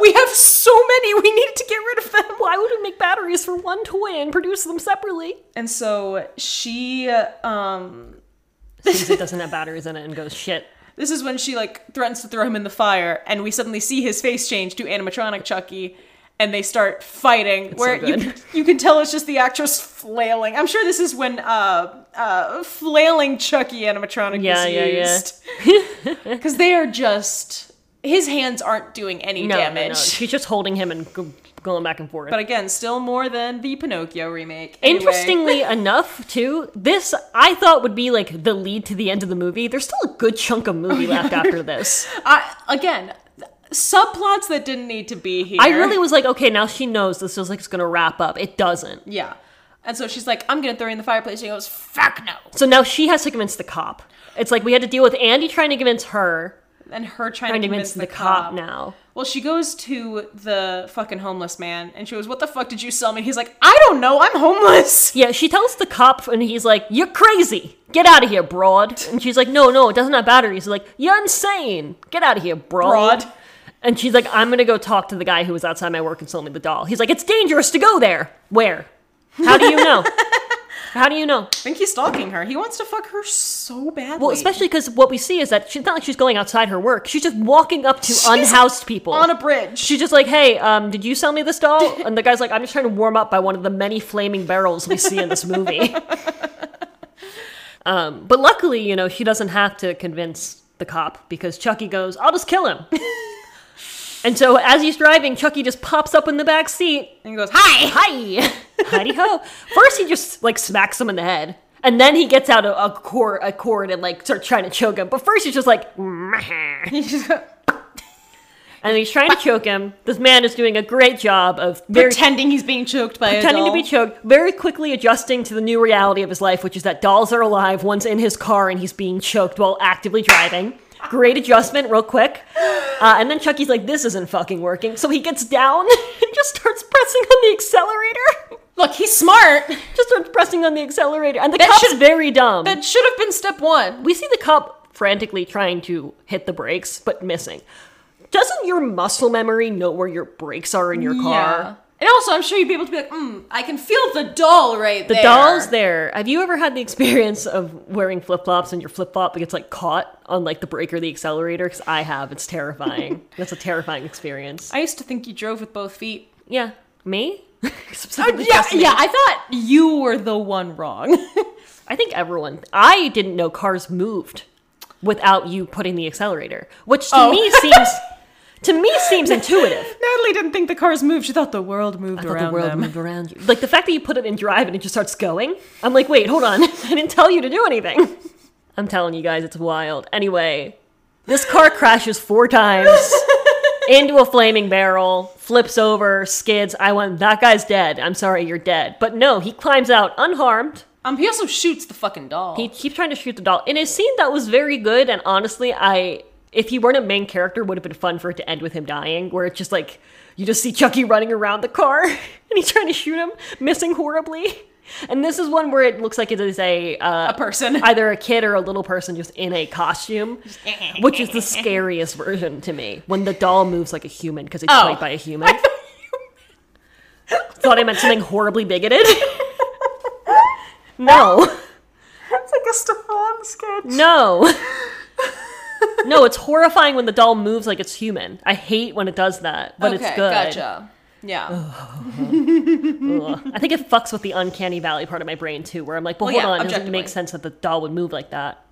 we have so many. We need to get rid of them. Why would we make batteries for one toy and produce them separately? And so she, um, Sees it doesn't have batteries in it and goes, shit. this is when she like threatens to throw him in the fire, and we suddenly see his face change to animatronic Chucky, and they start fighting. where you good. you can tell it's just the actress flailing. I'm sure this is when uh, uh, flailing Chucky animatronic Yeah, was yeah, yeah. used. Because they are just his hands aren't doing any No, damage. no, no. She's just holding him and go- going back and forth. But again, still more than the Pinocchio remake. Anyway. Interestingly enough, too, this I thought would be like the lead to the end of the movie. There's still a good chunk of movie left after this. I, again, th- subplots that didn't need to be here. I really was like, okay, now she knows this feels like it's gonna wrap up. It doesn't. Yeah. And so she's like, I'm gonna throw you in the fireplace. She goes, fuck no. So now she has to convince the cop. It's like we had to deal with Andy trying to convince her, And her trying, trying to to convince the, cop, cop. now. Well, she goes to the fucking homeless man and she goes, What the fuck did you sell me? He's like, I don't know, I'm homeless. Yeah, she tells the cop, and he's like, "You're crazy. Get out of here, broad." And she's like, "No, no, it doesn't have batteries." He's like, "You're insane. Get out of here, broad." Broad. And she's like, "I'm gonna go talk to the guy who was outside my work and sold me the doll." He's like, "It's dangerous to go there." Where? How do you know? How do you know? I think he's stalking her. He wants to fuck her so badly. Well, especially because what we see is that she's not like she's going outside her work. She's just walking up to unhoused people on a bridge. She's just like, hey, um, did you sell me this doll? And the guy's like, I'm just trying to warm up by one of the many flaming barrels we see in this movie. um, but luckily, you know, she doesn't have to convince the cop because Chucky goes, I'll just kill him. and so as he's driving, Chucky just pops up in the back seat. and he goes, Hi! Hi! Howdy ho. First, he just like smacks him in the head. And then he gets out a, a cord, a cord and like starts trying to choke him. But first, he's just like, "Meh." and he's trying to choke him. This man is doing a great job of very Pretending he's being choked by pretending a to doll. be choked, very quickly adjusting to the new reality of his life, which is that dolls are alive. One's in his car and he's being choked while actively driving. Great adjustment, real quick. Uh, and then Chucky's like, "This isn't fucking working," so he gets down and just starts pressing on the accelerator. Look, he's smart. Just starts pressing on the accelerator, and the That cop's should- very dumb. That should have been step one. we see the cop frantically trying to hit the brakes but missing. Doesn't your muscle memory know where your brakes are in your car? Yeah. And also, I'm sure you'd be able to be like, mm, I can feel the doll right The there. doll's there. Have you ever had the experience of wearing flip flops and your flip flop gets like caught on like the brake or the accelerator? Because I have. It's terrifying. That's a terrifying experience. I used to think you drove with both feet. yeah. Me? Specifically Yeah, just me. yeah. I thought you were the one wrong. I think everyone. I didn't know cars moved without you putting the accelerator, which to Oh. me seems to me seems intuitive. Natalie didn't think the cars moved. She thought the world moved I thought around the world them. moved around you. Like the fact that you put it in drive and it just starts going. I'm like, wait, hold on. I didn't tell you to do anything. I'm telling you guys, it's wild. Anyway, this car crashes four times into a flaming barrel, flips over, skids. I went, that guy's dead. I'm sorry, you're dead. But no, he climbs out unharmed. Um, he also shoots the fucking doll. He keeps trying to shoot the doll. In a scene that was very good, and honestly, I if he weren't a main character, would have been fun for it to end with him dying, where it's just like you just see Chucky running around the car and he's trying to shoot him, missing horribly. And this is one where it looks like it is a uh, a person. either a kid or a little person just in a costume, which is the scariest version to me. When the doll moves like a human because it's Oh. played by a human. Thought I meant something horribly bigoted. No. That's like a Stefan sketch. No. no, it's horrifying when the doll moves like it's human. I hate when it does that, but okay, it's good. Gotcha. Yeah. Ugh. I think it fucks with the uncanny valley part of my brain too, where I'm like, well, Well, hold Oh, yeah, on, it doesn't objectively. make sense that the doll would move like that.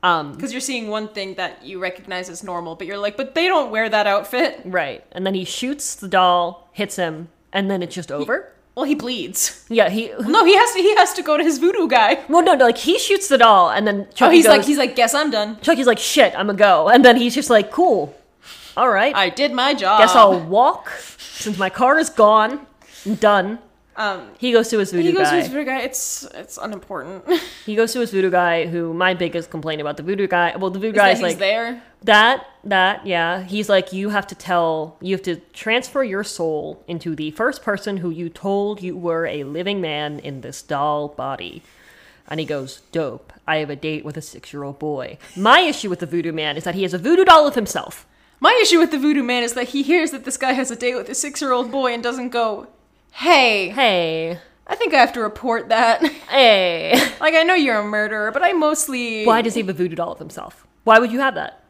Because you're seeing one thing that you recognize as normal, but you're like, but they don't wear that outfit. Right. And then he shoots the doll, hits him, and then it's just over. Well, he bleeds. Yeah, he. No, he has to. He has to go to his voodoo guy. Well, no, no, like he shoots the doll, and then Chucky Oh, he's goes, like, he's like, guess I'm done. Chucky's like, shit, I'm gonna go. And then he's just like, cool. All right. I um, did my job. guess I'll walk since my car is gone. I'm done. Um, He goes to his voodoo he goes guy. to his voodoo guy. It's it's unimportant. he goes to his voodoo guy, who my biggest complaint about the voodoo guy. Well, the voodoo That guy's he's like there. that, that, yeah. He's like, you have to tell, you have to transfer your soul into the first person who you told you were a living man in this doll body. And he goes, dope. I have a date with a six-year-old boy. My issue with the voodoo man is that he is a voodoo doll of himself. My issue with the voodoo man is that he hears that this guy has a date with a six-year-old boy and doesn't go, "Hey, Hey, I think I have to report that." hey. like, I know you're a murderer, but I mostly Why does he have a voodoo doll of himself? Why would you have that?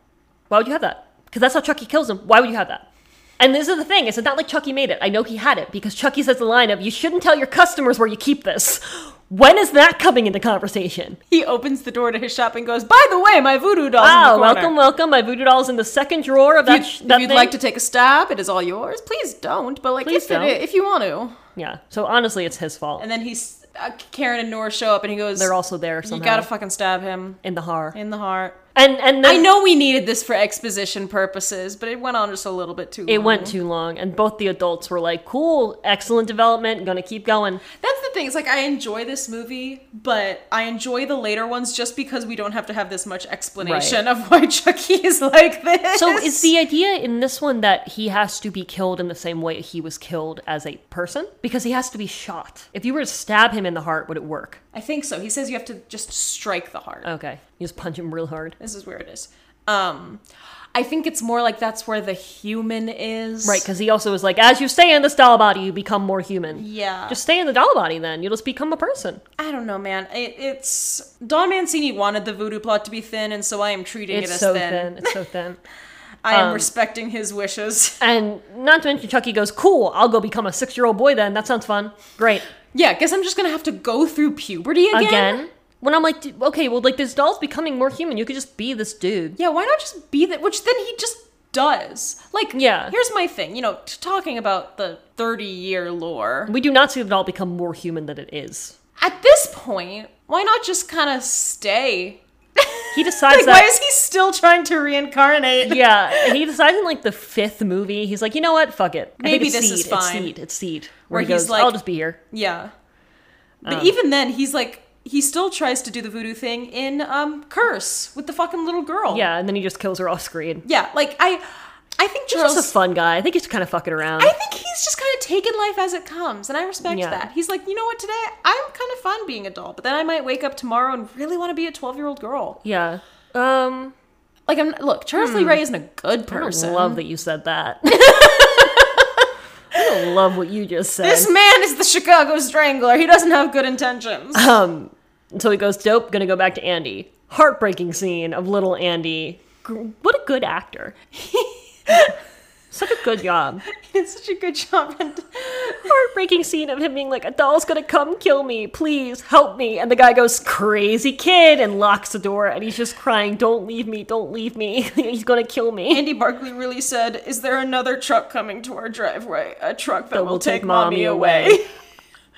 Why would you have that? Because that's how Chucky kills him. Why would you have that? And this is the thing, it's not like Chucky made it. I know he had it because Chucky says the line of, you shouldn't tell your customers where you keep this. When is that coming into conversation? he opens the door to his shop and goes, "By the way, my voodoo doll." Wow, in the corner. Ah, Oh, welcome, welcome. My voodoo doll's in the second drawer of that, If sh- you'd, that if you'd thing. like to take a stab, it is all yours. Please don't, but like Please if, don't. It, if you want to. yeah, so honestly, it's his fault. And then he's uh, Karen and Nora show up, and he goes, They're also there You somehow. gotta fucking stab him in the har. in the heart." And, and then I know we needed this for exposition purposes, but it went on just a little bit too. it long. went too long, and both the adults were like, cool, excellent development, gonna keep going. That's the thing. It's like I enjoy this movie, but I enjoy the later ones just because we don't have to have this much explanation of why Chucky is like this. So is the idea in this one that he has to be killed in the same way he was killed as a person? Because he has to be shot. If you were to stab him in the heart, would it work? I think so. He says you have to just strike the heart. Okay. You just punch him real hard. This is where it is. Um, I think it's more like that's where the human is. Right, because he also is like, as you stay in this doll body, you become more human. Yeah. Just stay in the doll body then. You'll just become a person. I don't know, man. It, it's Don Mancini wanted the voodoo plot to be thin, and so I am treating It's it as so thin. thin. Um, It's so thin. I am respecting his wishes. And not to mention, Chucky goes, cool, I'll go become a six year old boy then. That sounds fun. Great. Yeah, guess I'm just gonna have to go through puberty again. Again? When I'm like, "D- okay, well, like this doll's becoming more human. You could just be this dude. Yeah, why not just be that? Which then he just does. Like, Yeah. Here's my thing. You know, t- talking about the 30 year lore. We do not see the doll become more human than it is. At this point, why not just kind of stay? He Like, decides why is that. he still trying to reincarnate? yeah, he decides in like the fifth movie. He's like, you know what? Fuck it. I think Maybe it's this seed. is It's fine." seed. It's seed. Where, Where he he's goes, like- I'll just be here. Yeah. But Um. even then, he's like, he still tries to do the voodoo thing in um Curse with the fucking little girl. Yeah, and then he just kills her off screen. Yeah. Like I, I think He's just Charles. a fun guy. I think he's kind of fucking around. I think he's just kind of taking life as it comes, and I respect Um, Yeah. that. He's like, you know what, today I'm kind of fun being a doll, but then I might wake up tomorrow and really want to be a 12 year old girl. yeah. Um, Like, I'm look, Charles Lee Ray isn't a good I person. love that you said that. I don't love what you just said. this man is the Chicago Strangler. He doesn't have good intentions. so he goes, dope, gonna go back to Andy. Heartbreaking scene of little Andy. Gr- What a good actor. Such a good job. he did such a good job. And heartbreaking scene of him being like, a doll's gonna come kill me, please help me. And the guy goes, crazy kid, and locks the door, and he's just crying, don't leave me, don't leave me. he's gonna kill me. Andy Barkley really said, "Is there another truck coming to our driveway? A truck that, will, will take, take mommy mommy away." away.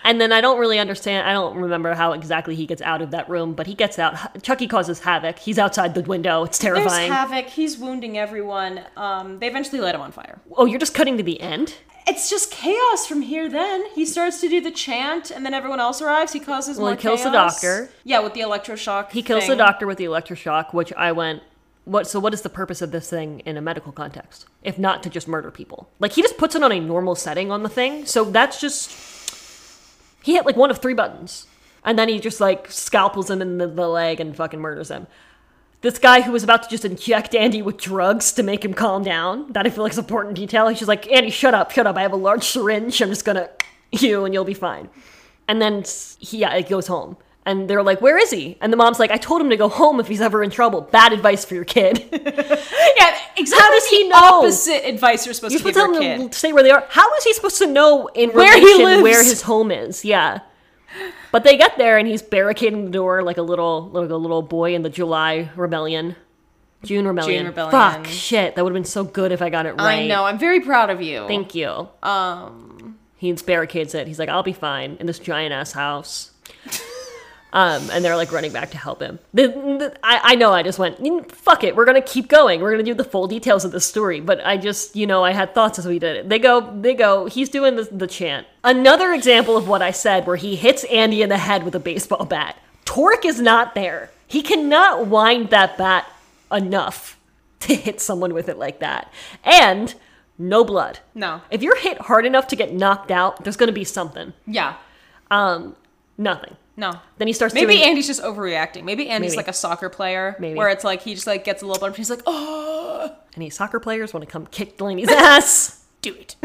And then I don't really understand, I don't remember how exactly he gets out of that room, but he gets out. Chucky causes havoc. He's outside the window, it's There's terrifying. havoc. He's wounding everyone. Um, they eventually light him on fire. oh, you're just cutting to the end? It's just chaos from here. Then he starts to do the chant, and then everyone else arrives. He causes Well, more he kills the chaos. doctor. Yeah, with the electroshock. He kills the doctor with the electroshock, which I went. What, so what is the purpose of this thing in a medical context if not to just murder people like he just puts it on a normal setting on the thing so that's just he hit like one of three buttons and then he just like scalpels him in the, the leg and fucking murders him this guy who was about to just inject andy with drugs to make him calm down that i feel like is important detail he's just like andy shut up shut up i have a large syringe i'm just gonna you and you'll be fine and then s- he yeah, it goes home. And they're like, "Where is he?" And the mom's like, "I told him to go home if he's ever in trouble." Bad advice for your kid. Yeah, exactly. How does he the know? Opposite advice you're supposed You're to give supposed to your tell him kid. to stay where they are. How is he supposed to know in Where he relation lives. where his home is? Yeah. But they get there and he's barricading the door like a little like a little boy in the July rebellion. June rebellion. Rebellion. Fuck shit. That would have been so good if I got it right. I know. I'm very proud of you. Thank you. Um He barricades it. He's like, I'll be fine in this giant ass house. um, and they're like running back to help him. The, the- I, I know I just went, "Mm, fuck it, we're gonna keep going. We're gonna do the full details of this story. But I just, you know, I had thoughts as we did it. They go, they go, he's doing the, the chant. Another example of what I said where he hits Andy in the head with a baseball bat. Torque is not there. He cannot wind that bat enough to hit someone with it like that. And no blood. No. If you're hit hard enough to get knocked out, there's gonna be something. Yeah. Um, nothing. No. Then he starts Maybe doing- Andy's just overreacting. Maybe Andy's Maybe. like a soccer player, Maybe. where it's like he just like gets a little bump. He's like, oh, Any soccer players want to come kick Delaney's ass? do it,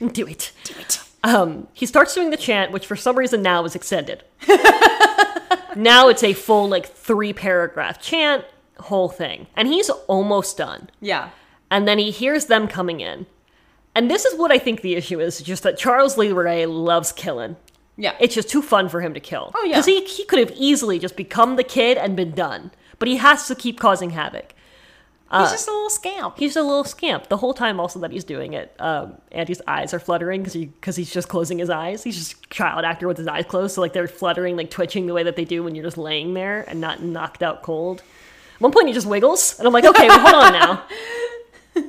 Do it. do it. Um, he starts doing the chant, which for some reason now is extended. now it's a full, like, three paragraph chant, whole thing. And he's almost done. Yeah. And then he hears them coming in. And this is what I think the issue is just that Charles Lee Ray loves killing. Yeah. It's just too fun for him to kill. Oh, yeah. Because he, he could have easily just become the kid and been done. But he has to keep causing havoc. uh, he's just a little scamp. He's a little scamp the whole time. Also, that he's doing it, um, Andy's eyes are fluttering because because he's just closing his eyes. He's just a child actor with his eyes closed, so like they're fluttering, like twitching the way that they do when you're just laying there and not knocked out cold. At one point, he just wiggles, and I'm like, okay, well, hold on now.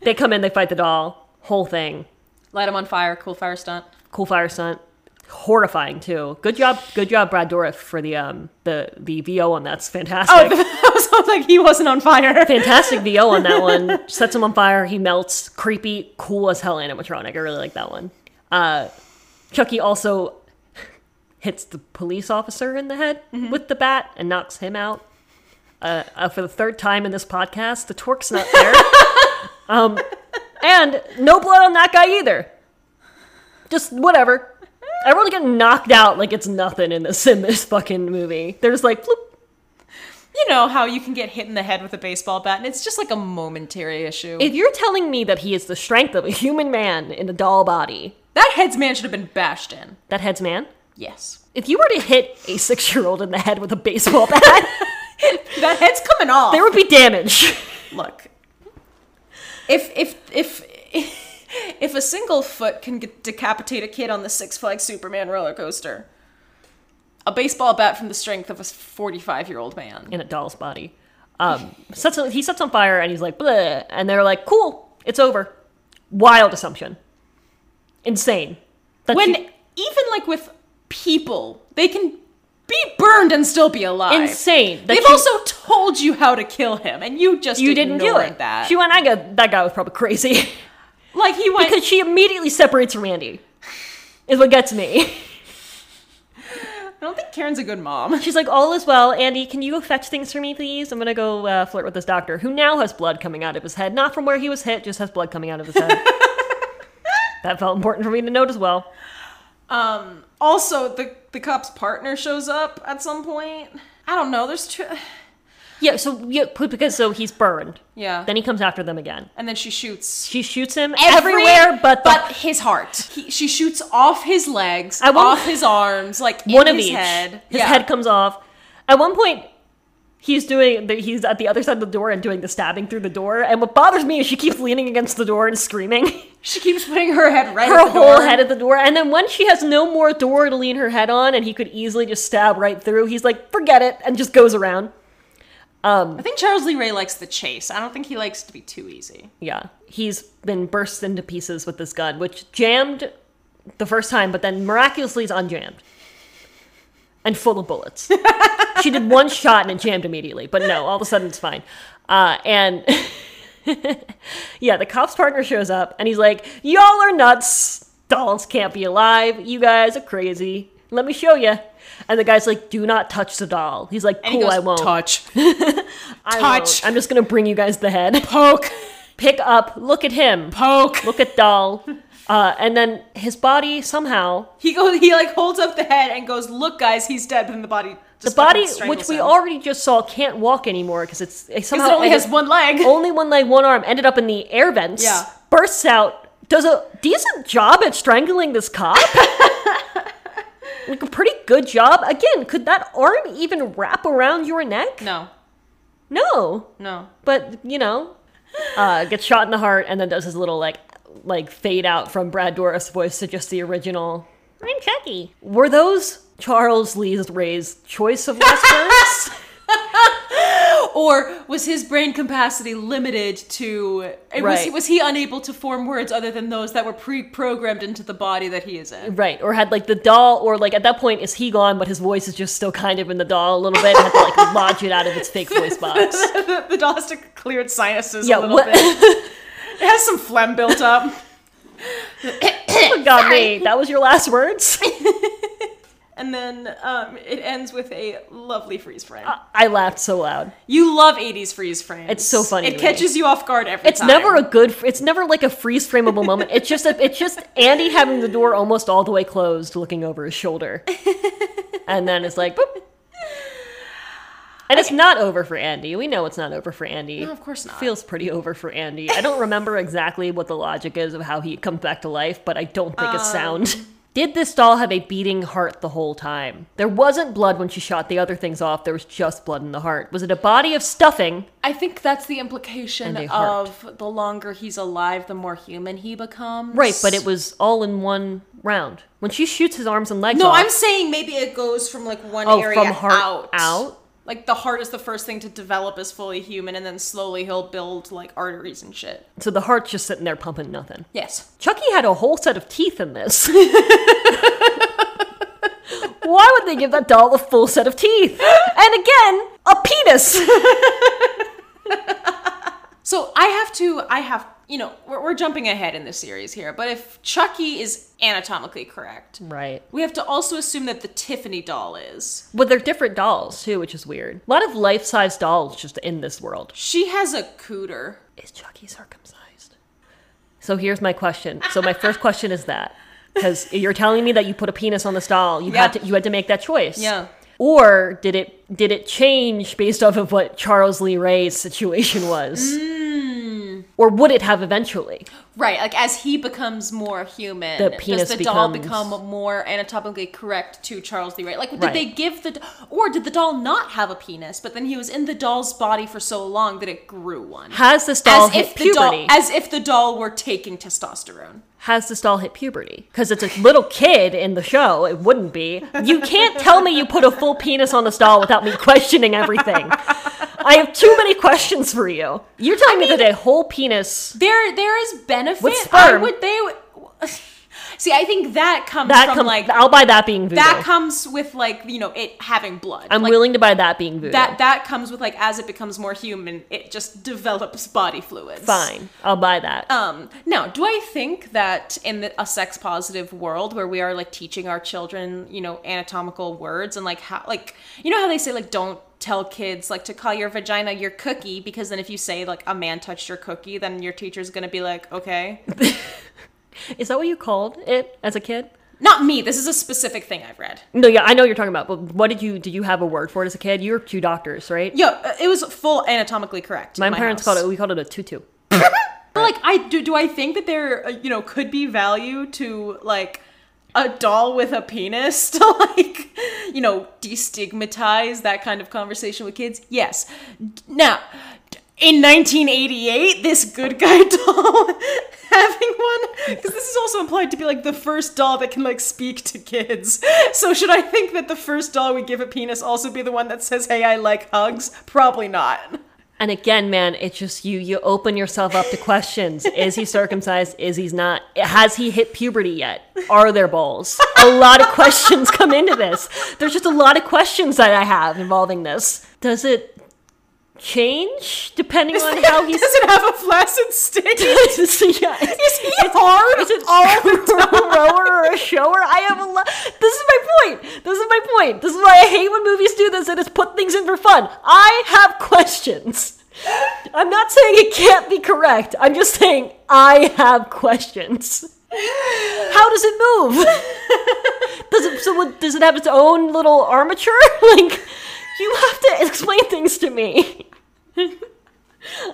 they come in, they fight the doll, whole thing, Light him on fire. Cool fire stunt. cool fire stunt, horrifying too. Good job, good job, Brad Dourif for the um the the VO on that's fantastic. so like he wasn't on fire. Fantastic VO on that one. Sets him on fire. He melts. Creepy, cool as hell animatronic. I really like that one. Uh, Chucky also hits the police officer in the head with the bat and knocks him out. Uh, uh, for the third time in this podcast, the torque's not there. um, and no blood on that guy either. Just whatever. Everyone's getting knocked out like it's nothing in this in this fucking movie. They're just like, bloop, You know how you can get hit in the head with a baseball bat, and it's just like a momentary issue. If you're telling me that he is the strength of a human man in a doll body, that head's man should have been bashed in. that head's man, Yes. if you were to hit a six year old in the head with a baseball bat, That head's coming off. there would be damage. Look. If if if if a single foot can get, decapitate a kid on the Six Flags Superman roller coaster, a baseball bat from the strength of a 45 year old man. in a doll's body. Um, sets he sets on fire and he's like, bleh. And they're like, cool, it's over. Wild assumption. Insane. That When you- even like with people, they can be burned and still be alive. insane. that They've you- also told you how to kill him, and you just you didn't do ignored it. That She went, I got that guy was probably crazy. like he went. because she immediately separates from Andy. Is what gets me. I don't think Karen's a good mom. She's like, all is well. Andy, can you go fetch things for me, please? I'm gonna go uh, flirt with this doctor who now has blood coming out of his head, not from where he was hit, just has blood coming out of his head. that felt important for me to note as well. Um, also, the the cop's partner shows up at some point. I don't know. There's two. Yeah, so yeah, p- because so he's burned. Yeah. Then he comes after them again. and then she shoots She shoots him everywhere, but the, but his heart. He, she shoots off his legs, I won't- off his arms, like one in of his each. head. His Yeah. head comes off. At one point, he's doing. The, he's at the other side of the door and doing the stabbing through the door. And what bothers me is she keeps leaning against the door and screaming. She keeps putting her head right. her at the whole door. head at the door. And then when she has no more door to lean her head on and he could easily just stab right through, he's like, forget it, and just goes around. I think Charles Lee Ray likes the chase. I don't think he likes to be too easy. Yeah. He's been burst into pieces with this gun, which jammed the first time, but then miraculously is unjammed. And full of bullets. she did one shot and it jammed immediately, but no, all of a sudden it's fine. Uh, and yeah, the cop's partner shows up and he's like, Y'all are nuts. Dolls can't be alive. You guys are crazy. Let me show you. And the guy's like, Do not touch the doll. He's like, Cool, And he goes, I won't. touch, I touch. won't. I'm just going to bring you guys the head. poke. pick up, look at him, Poke. look at doll, uh, and then his body somehow He goes. He like holds up the head and goes, "Look, guys, he's dead." But then the body. the Just body, fucking strangles which we him. already just saw, can't walk anymore because it's it Because somehow it only ended- has one leg. only one leg, one arm, ended up in the air vents. Yeah. bursts out, does a decent job at strangling this cop. like a pretty good job. Again, could that arm even wrap around your neck? No. No. No. but you know, uh, gets shot in the heart and then does his little like like fade out from Brad Dourif's voice to just the original. I'm Chucky. Were those Charles Lee Ray's choice of last words? Or was his brain capacity limited to? It Right. Was, was he unable to form words other than those that were pre-programmed into the body that he is in? right, or had like the doll, or like at that point is he gone, but his voice is just still kind of in the doll a little bit, and had to like lodge it out of its fake voice box. the, the doll has to clear its sinuses Yeah, a little what- bit. It has some phlegm built up. Got me. That was your last words. And then um, it ends with a lovely freeze frame. I laughed so loud. you love 80s freeze frames. It's so funny It to me. catches you off guard every It's time. never a good. It's never like a freeze frameable moment. It's just a, it's just Andy having the door almost all the way closed, looking over his shoulder, and then it's like, boop. And it's not over for Andy. We know it's not over for Andy. No, of course not. Feels pretty over for Andy. I don't remember exactly what the logic is of how he comes back to life, but I don't think it's sound. Um. Did this doll have a beating heart the whole time? There wasn't blood when she shot the other things off. There was just blood in the heart. Was it a body of stuffing? I think that's the And implication a heart. of the longer he's alive, the more human he becomes. Right, but it was all in one round. When she shoots his arms and legs No, off, I'm saying maybe it goes from like one Oh, area from heart out. out? Like the heart is the first thing to develop as fully human, and then slowly he'll build like arteries and shit. so the heart's just sitting there pumping nothing. Yes. Chucky had a whole set of teeth in this. Why would they give that doll a full set of teeth? And again, a penis. So I have to, I have, you know, we're, we're jumping ahead in this series here, but if Chucky is anatomically correct, Right. we have to also assume that the Tiffany doll is. But they're different dolls too, which is weird. A lot of life-size dolls just in this world. She has a cooter. Is Chucky circumcised? So here's my question. So my first question is that because you're telling me that you put a penis on this doll, you had Yeah. to you had to make that choice. Yeah. Or did it did it change based off of what Charles Lee Ray's situation was? Mm. Or would it have eventually? Right, like as he becomes more human, The penis does the doll becomes- become more anatomically correct to Charles Lee Ray? Like, did Right. they give the, or did the doll not have a penis? But then he was in the doll's body for so long that it grew one. Has this doll As hit if the puberty? doll, as if the doll were taking testosterone. Has this doll hit puberty? Because it's a little kid in the show. It wouldn't be. You can't tell me you put a full penis on this doll without me questioning everything. I have too many questions for you. You're telling me that a whole penis There, there is benefit. With I sperm. would they would- see? I think that comes that from comes like I'll buy that being voodoo. that comes with like you know it having blood. I'm Like, willing to buy that being voodoo. That that comes with like as it becomes more human, it just develops body fluids. fine. I'll buy that. Um, now, do I think that in the, a sex positive world where we are like teaching our children, you know, anatomical words and like how, like, you know how they say like don't tell kids like to call your vagina your cookie because then if you say like a man touched your cookie, then your teacher's gonna be like, okay, Is that what you called it as a kid? not me. This is a specific thing I've read. No, yeah, I know what you're talking about, but what did you did you have a word for it as a kid? You were two doctors, right? Yo, uh, it was full anatomically correct. in my, parents house. called it we called it a tutu. But, like I do. Do I think that there, uh, you know, could be value to like a doll with a penis to like, you know, destigmatize that kind of conversation with kids? Yes. D- Now, d- in 1988, this good guy doll having one because this is also implied to be like the first doll that can like speak to kids. So should I think that the first doll we give a penis also be the one that says, "Hey, I like hugs"? Probably not. And again, man, it's just you you open yourself up to questions. Is he circumcised? Is he not? Has he hit puberty yet? Are there balls? A lot of questions come into this. There's just a lot of questions that I have involving this. Does it change depending on how he's Does it have a flaccid stick? is he hard? Is it all a rower or a shower? I have a lot. This is my point. This is my point. This is why I hate when movies do this. It is put things in for fun. I have questions. I'm not saying it can't be correct. I'm just saying I have questions. How does it move? does it so what, does it have its own little armature? like you have to explain things to me.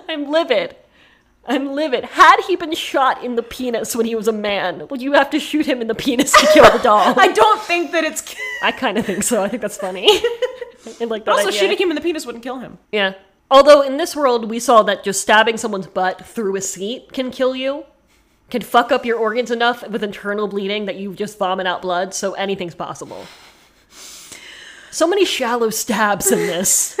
I'm livid. I'm livid. Had he been shot in the penis when he was a man, would you have to shoot him in the penis to kill the doll? I don't think that it's. I kind of think so. I think that's funny. I like that also, idea. shooting him in the penis wouldn't kill him. Yeah. Although in this world, we saw that just stabbing someone's butt through a seat can kill you, can fuck up your organs enough with internal bleeding that you just vomit out blood, so anything's possible. So many shallow stabs in this.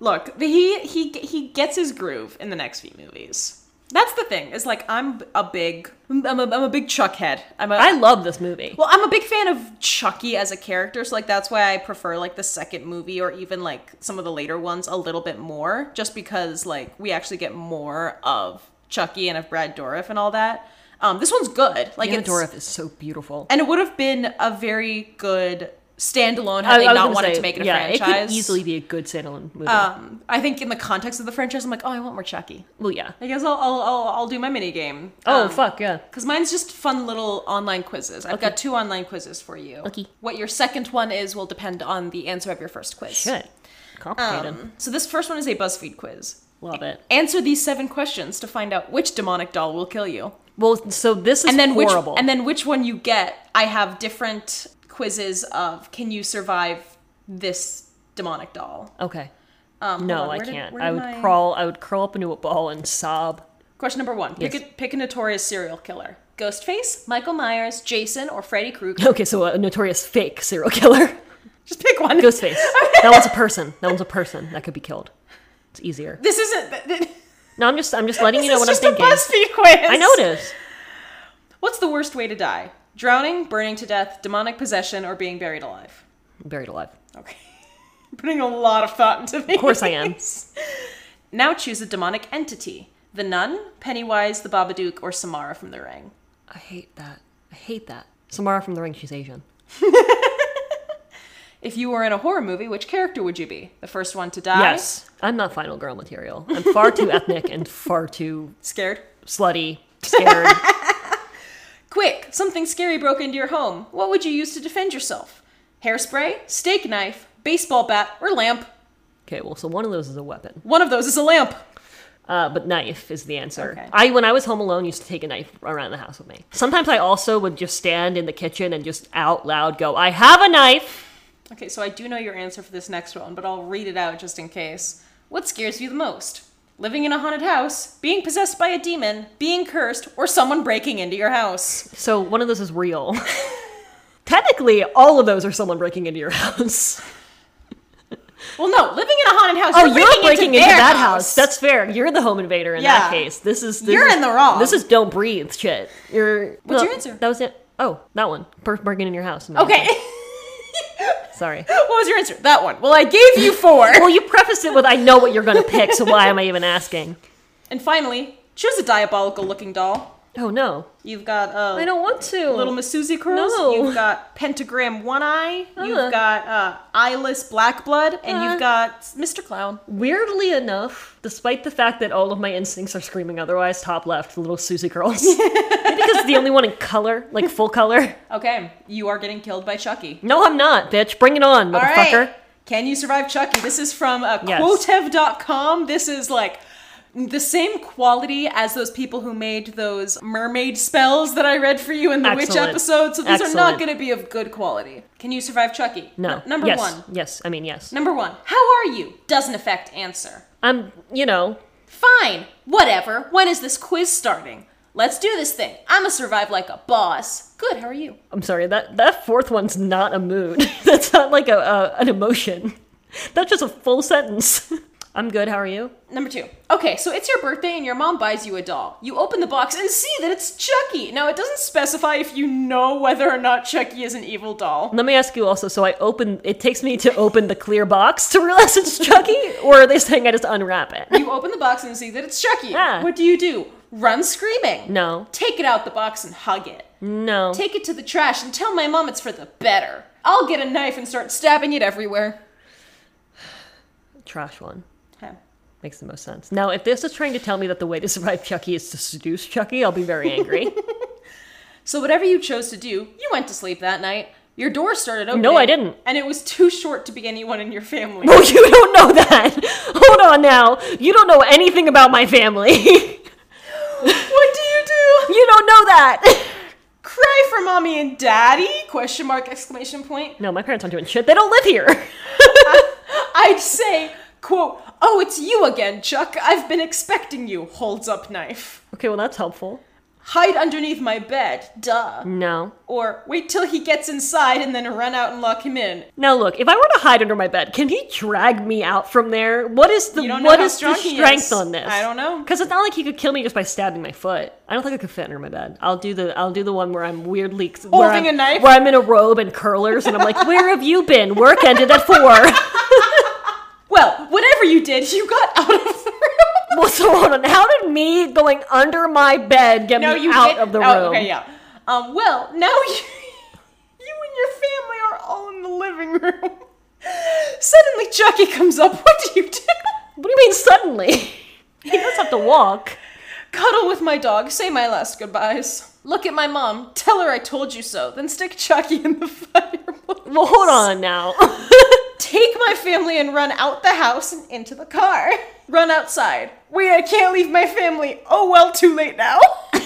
Look, the, he he he gets his groove in the next few movies. That's the thing. Is like I'm a big I'm a, I'm a big Chuck head. I'm a, I love this movie. well, I'm a big fan of Chucky as a character, so like that's why I prefer like the second movie or even like some of the later ones a little bit more, just because like we actually get more of Chucky and of Brad Dourif and all that. Um, this one's good. Like Anna it's Doroth is so beautiful. and it would have been a very good standalone had I- they I was not gonna wanted say, to make it a yeah, franchise. It could easily be a good standalone movie. Um, I think in the context of the franchise, I'm like, oh, I want more Chucky. well, yeah. I um, guess I'll I'll, I'll, I'll do my mini game. Oh, fuck, yeah. Because mine's just fun little online quizzes. I've got two online quizzes for you. Okay. What your second one is will depend on the answer of your first quiz. Shit. Complicated. Um, so this first one is a BuzzFeed quiz. love it. Answer these seven questions to find out which demonic doll will kill you, Well, so this is and then horrible. which and then which one you get. I have different quizzes of can you survive this demonic doll. Okay. Um, No, hold on, I where did- can't. where I did would my- crawl. I would curl up into a ball and sob. Question number one: pick, Yes. a, pick a notorious serial killer: Ghostface, Michael Myers, Jason, or Freddy Krueger. Okay, so a notorious fake serial killer. Just pick one. Ghostface. That one's a person. That one's a person that could be killed. It's easier. This isn't. th- th- No, I'm just I'm just letting This you know what is just I'm thinking. a BuzzFeed quiz. I know it is. What's the worst way to die? Drowning, burning to death, demonic possession, or being buried alive? Buried alive. Okay. Putting a lot of thought into these. Of course I am. now choose a demonic entity: the Nun, Pennywise, the Babadook, or Samara from the Ring. I hate that. I hate that. Samara from The Ring, she's Asian. If you were in a horror movie, which character would you be? The first one to die. Yes. I'm not final girl material. I'm far too ethnic and far too Scared. slutty, scared. Quick, something scary broke into your home. What would you use to defend yourself? Hairspray, steak knife, baseball bat, or lamp? okay, well, so one of those is a weapon. One of those is a lamp. Uh, but knife is the answer. Okay. I when I was home alone used to take a knife around the house with me. Sometimes I also would just stand in the kitchen and just out loud go, "I have a knife." Okay, so I do know your answer for this next one, but I'll read it out just in case. What scares you the most? Living in a haunted house, being possessed by a demon, being cursed, or someone breaking into your house? So one of those is real. Technically, all of those are someone breaking into your house. Well, no, living in a haunted house. Oh, you're breaking, into, their that house. That's fair. You're the home invader in that Yeah. case. This is this You're is- in the wrong. This is don't breathe shit. You're What's your answer? That was it. Oh, that one. Per- Breaking in your house. okay. Sorry. what was your answer? That one. Well, I gave you four. Well, you prefaced it with I know what you're going to pick, so why am I even asking? and finally, choose a diabolical-looking doll. Oh no. You've got uh, I don't want to. Little Miss Susie curls. No. You've got pentagram one eye. Uh. You've got uh, eyeless black blood, and Uh. you've got Mr. Clown. Weirdly enough, despite the fact that all of my instincts are screaming otherwise, top left, little Susie girls. Maybe because it's the only one in color, like full color. Okay, you are getting killed by Chucky. No, I'm not, bitch. Bring it on, All motherfucker. right. Can you survive Chucky? This is from uh, Yes. Quotev.com. This is like the same quality as those people who made those mermaid spells that I read for you in the witch Excellent. episode. So these are Excellent. not going to be of good quality. Can you survive Chucky? No. N- number yes. one. Yes, I mean, yes. Number one. How are you? Doesn't affect answer. I'm, you know, Fine, whatever. When is this quiz starting? Let's do this thing. I'ma survive like a boss. Good, how are you? I'm sorry, that, that fourth one's not a mood. That's not like a, a an emotion. That's just a full sentence. I'm good, how are you? Number two. Okay, so it's your birthday and your mom buys you a doll. You open the box and see that it's Chucky. Now, it doesn't specify if you know whether or not Chucky is an evil doll. Let me ask you also, so I open, it takes me to open the clear box to realize it's Chucky, or are they saying I just unwrap it? You open the box and see that it's Chucky. Ah. What do you do? Run screaming. No. Take it out the box and hug it. No. Take it to the trash and tell my mom it's for the better. I'll get a knife and start stabbing it everywhere. Trash one. Okay. Makes the most sense. Now, if this is trying to tell me that the way to survive Chucky is to seduce Chucky, I'll be very angry. So whatever you chose to do, you went to sleep that night. Your door started opening. I didn't. And it was too short to be anyone in your family. well, Oh, you don't know that. Hold on now. You don't know anything about my family. you what do you do? don't know that. Cry for mommy and daddy? Question mark, exclamation point. No, my parents aren't doing shit. They don't live here. I'd say, quote, oh, it's you again, Chuck. I've been expecting you. Holds up knife. Okay, well, that's helpful. Hide underneath my bed. Duh. No. Or wait till he gets inside and then run out and lock him in. Now, look, if I were to hide under my bed, can he drag me out from there? What is the You don't know what how is the strong he strength is. on this? I don't know. Because it's not like he could kill me just by stabbing my foot. I don't think I could fit under my bed. I'll do the I'll do the one where I'm weirdly where Holding I'm- a knife? where I'm in a robe and curlers, and I'm like, "Where have you been? Work ended at four. Well, whatever you did, you got out of the room. well, so hold on. How did me going under my bed get no, me you out get- of the out- room? Okay, yeah. Um, well, now you, you and your family are all in the living room. Suddenly, Chucky comes up. What do you do? What do you mean suddenly? he does have to walk. Cuddle with my dog. Say my last goodbyes. Look at my mom. Tell her I told you so. Then stick Chucky in the fireplace. Well, hold on now. Take my family and run out the house and into the car. Run outside. Wait, I can't leave my family. Oh well, too late now.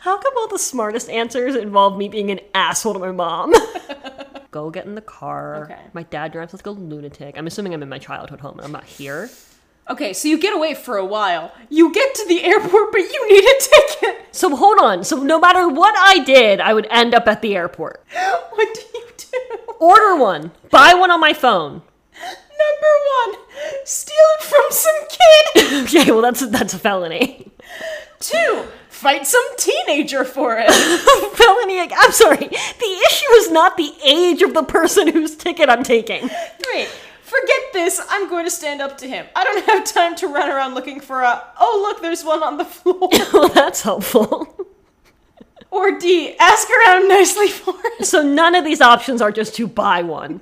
How come all the smartest answers involve me being an asshole to my mom? go get in the car. Okay. My dad drives like a lunatic. I'm assuming I'm in my childhood home and I'm not here. Okay, so you get away for a while. You get to the airport, but you need a ticket. So hold on. So no matter what I did, I would end up at the airport. What do you do? Order one. Buy one on my phone. Number one, steal it from some kid. Okay, well that's that's a felony. Two, fight some teenager for it. felony. ag- I'm sorry. The issue is not the age of the person whose ticket I'm taking. Three, forget this. I'm going to stand up to him. I don't have time to run around looking for a. Oh, look, there's one on the floor. well, that's helpful. or D, ask around nicely for it. So none of these options are just to buy one.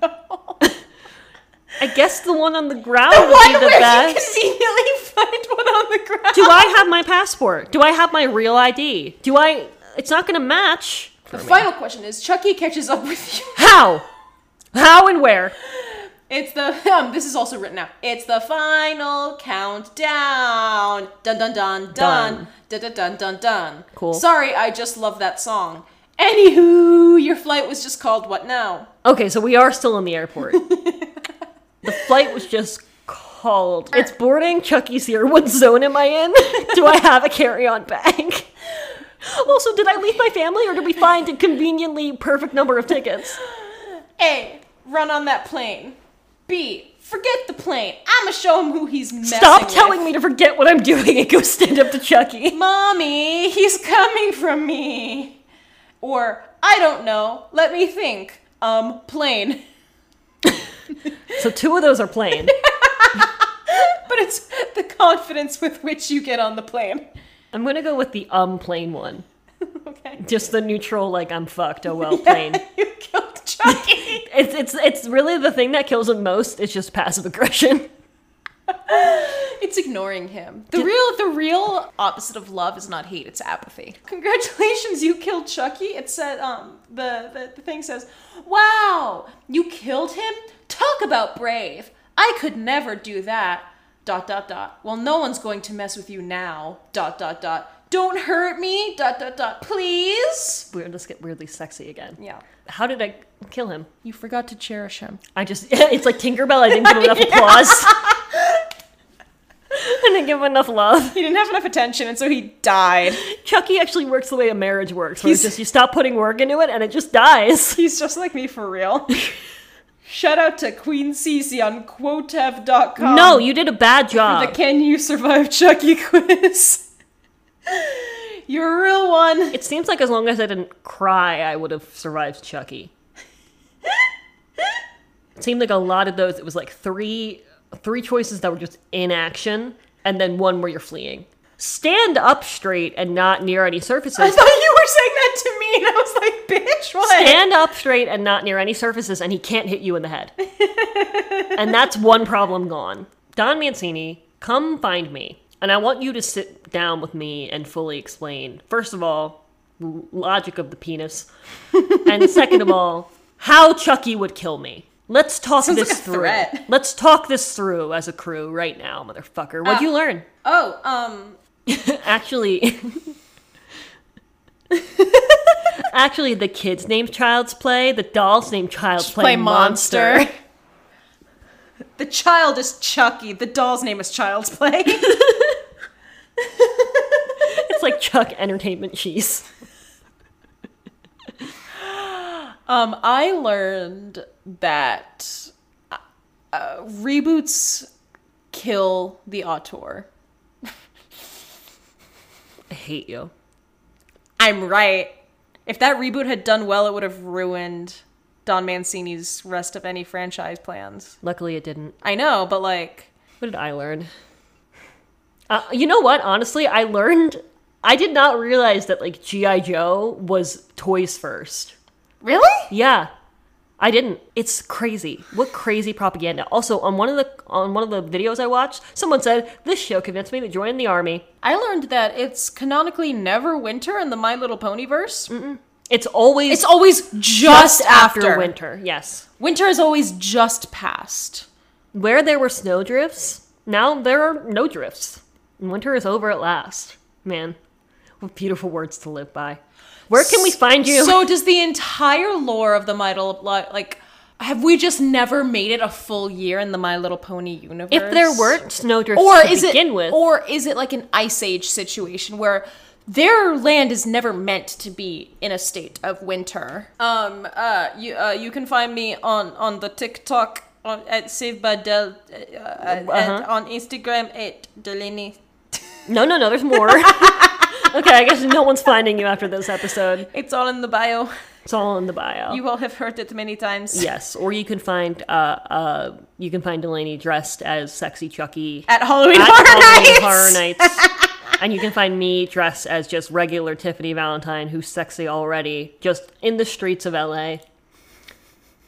I guess the one on the ground would One be the where you best. conveniently find one on the ground. Do I have my passport? Do I have my real ID? Do I? It's not going to match. The final question is: Chucky catches up with you. How? How and where? It's the um, this is also written out. It's the final countdown. Dun dun dun dun Dun. dun dun dun dun dun. Cool. Sorry, I just love that song. Anywho, your flight was just called what now? Okay, so we are still in the airport. the flight was just called. It's boarding. Chucky's here. What zone am I in? Do I have a carry-on bag? Also, did I leave my family, or did we find a conveniently perfect number of tickets? A. Run on that plane. B. Forget the plane. I'ma show him who he's messing Stop with. telling me to forget what I'm doing and go stand up to Chucky. Mommy, he's coming from me. Or I don't know. Let me think. Um, plane. So two of those are plain. But it's the confidence with which you get on the plane. I'm gonna go with the um plain one. Okay. Just the neutral, like I'm fucked. Oh well, plain. you killed Chucky. It's it's it's really the thing that kills him most. It's just passive aggression. it's ignoring him. The real the real opposite of love is not hate, it's apathy. Congratulations, you killed Chucky. It said um the, the, the thing says, Wow, you killed him? Talk about brave. I could never do that. Dot dot dot. Well no one's going to mess with you now. Dot dot dot. Don't hurt me. Dot dot dot. Please. We're just get weirdly sexy again. Yeah. How did I kill him? You forgot to cherish him. I just it's like Tinkerbell. I didn't give him enough applause. I didn't give him enough love. He didn't have enough attention and so he died. Chucky actually works the way a marriage works, where it's He's- just you stop putting work into it and it just dies. He's just like me for real. Shout out to Queen Cece on quotev.com. no, you did a bad The job. Can You Survive Chucky quiz. You're a real one. It seems like as long as I didn't cry, I would have survived Chucky. it seemed like a lot of those. It was like three, three choices that were just inaction, and then one where you're fleeing. Stand up straight and not near any I surfaces. thought you were saying that to me. mean? I was like, bitch, what? Stand up straight and not near any surfaces, and he can't hit you in the head. and that's one problem gone. Don Mancini, come find me. And I want you to sit down with me and fully explain, first of all, l- logic of the penis. And second of all, how Chucky would kill me. Let's talk Sounds this like a through. threat. Let's talk this through as a crew right now, motherfucker. What'd you learn? Oh, um, Actually, actually, the kid's named Child's Play. The doll's named Child's Play, play monster. the child is Chucky. The doll's name is Child's Play. It's like Chuck Entertainment Cheese. Um, I learned that uh, reboots kill the auteur. I hate you. I'm right. If that reboot had done well, it would have ruined Don Mancini's rest of any franchise plans. Luckily, it didn't. I know, but like, What did I learn? Uh, you know what? Honestly, I learned. I did not realize that like GI Joe was toys first. really? Yeah. I didn't. It's crazy. What crazy propaganda. Also, on one of the on one of the videos I watched, someone said, "This show convinced me to join the army." I learned that it's canonically never winter in the My Little Pony verse. It's always It's always Mm. just, after. winter. winter. Yes. Winter is always just past. Where there were snow drifts, now there are no drifts. And winter is over at last. Man, what beautiful words to live by. Where can we find you? So does the entire lore of the My Little like have we just never made it a full year in the My Little Pony universe? if there weren't snow drifts or to is begin it with, or is it like an ice age situation where their land is never meant to be in a state of winter um uh you uh, you can find me on on the tiktok on, at saved by del uh, Uh-huh. and on instagram at delini no, no, no, there's more. okay, I guess no one's finding you after this episode. it's all in the bio It's all in the bio. you all have heard it many times yes, or you can find uh, uh, you can find Delaney dressed as sexy Chucky at halloween, at horror, Halloween nights. Horror Nights. and you can find me dressed as just regular Tiffany Valentine, who's sexy already, just in the streets of LA.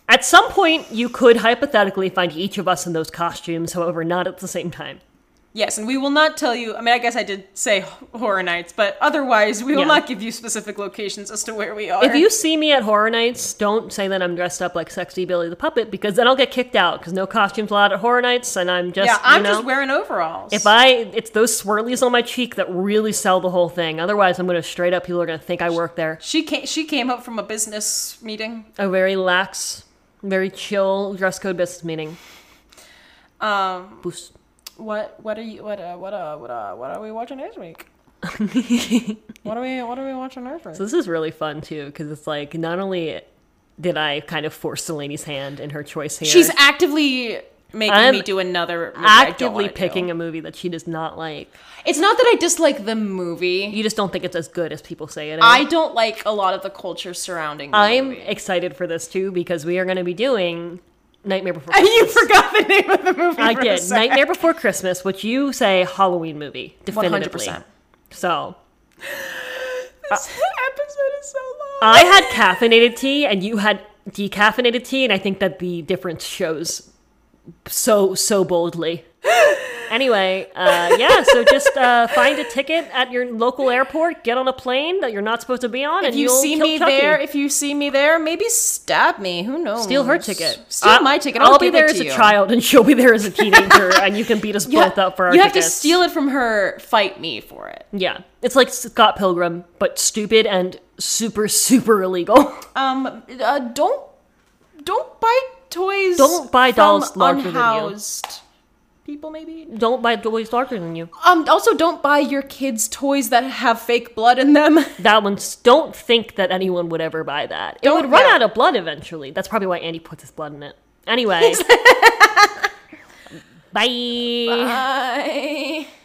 At some point, you could hypothetically find each of us in those costumes, however, not at the same time. yes and we will not tell you i mean i guess i did say horror nights but otherwise we will Yeah. not give you specific locations as to where we are If you see me at Horror Nights, don't say that I'm dressed up like sexy Billy the Puppet, because then I'll get kicked out, because no costumes allowed at Horror Nights, and I'm just, yeah, I'm you know, just wearing overalls. If I, it's those swirlies on my cheek that really sell the whole thing. Otherwise, I'm going to straight up, people are going to think I work there. She came. She came up from a business meeting. a very lax, very chill dress code business meeting. Um, Boos. what? What are you? What? Uh, what? Uh, what? Uh, what are we watching this week? What are we? What are we watching this week? this is really fun too because it's like not only did I kind of force Delaney's hand in her choice here, She's actively making I'm me do another. Movie I don't actively wanna picking Do. a movie that she does not like. It's not that I dislike the movie. You just don't think it's as good as people say it. is. I don't like a lot of the culture surrounding. The I'm movie. excited for this too because we are going to be doing Nightmare Before. you Christmas. forgot the name of the movie. I for a did sec. Nightmare Before Christmas, which you say Halloween movie definitively. 100%. So This episode is so long. I had caffeinated tea and you had decaffeinated tea, and I think that the difference shows so so boldly. Anyway, uh, yeah, so just uh, find a ticket at your local airport, get on a plane that you're not supposed to be on, and if you will see kill me Chucky. there, if you see me there, maybe stab me. Who knows? Steal her ticket. Steal I- my ticket. Uh, I'll, I'll, be give there it as to a you. child, and she'll be there as a teenager, and you can beat us You both up for Mm. our You have tickets. to steal it from her. Fight me for it. Yeah, it's like Scott Pilgrim, but stupid and super super illegal. Um. Uh, don't. Don't buy toys. Don't buy from dolls larger than you. unhoused people. Maybe. Don't buy toys larger than you. Um. Also, don't buy your kids toys that have fake blood in them. That one's don't think that anyone would ever buy that. It would Don't- run yeah. out of blood eventually. That's probably why Andy puts his blood in it. Anyway. Bye. Bye.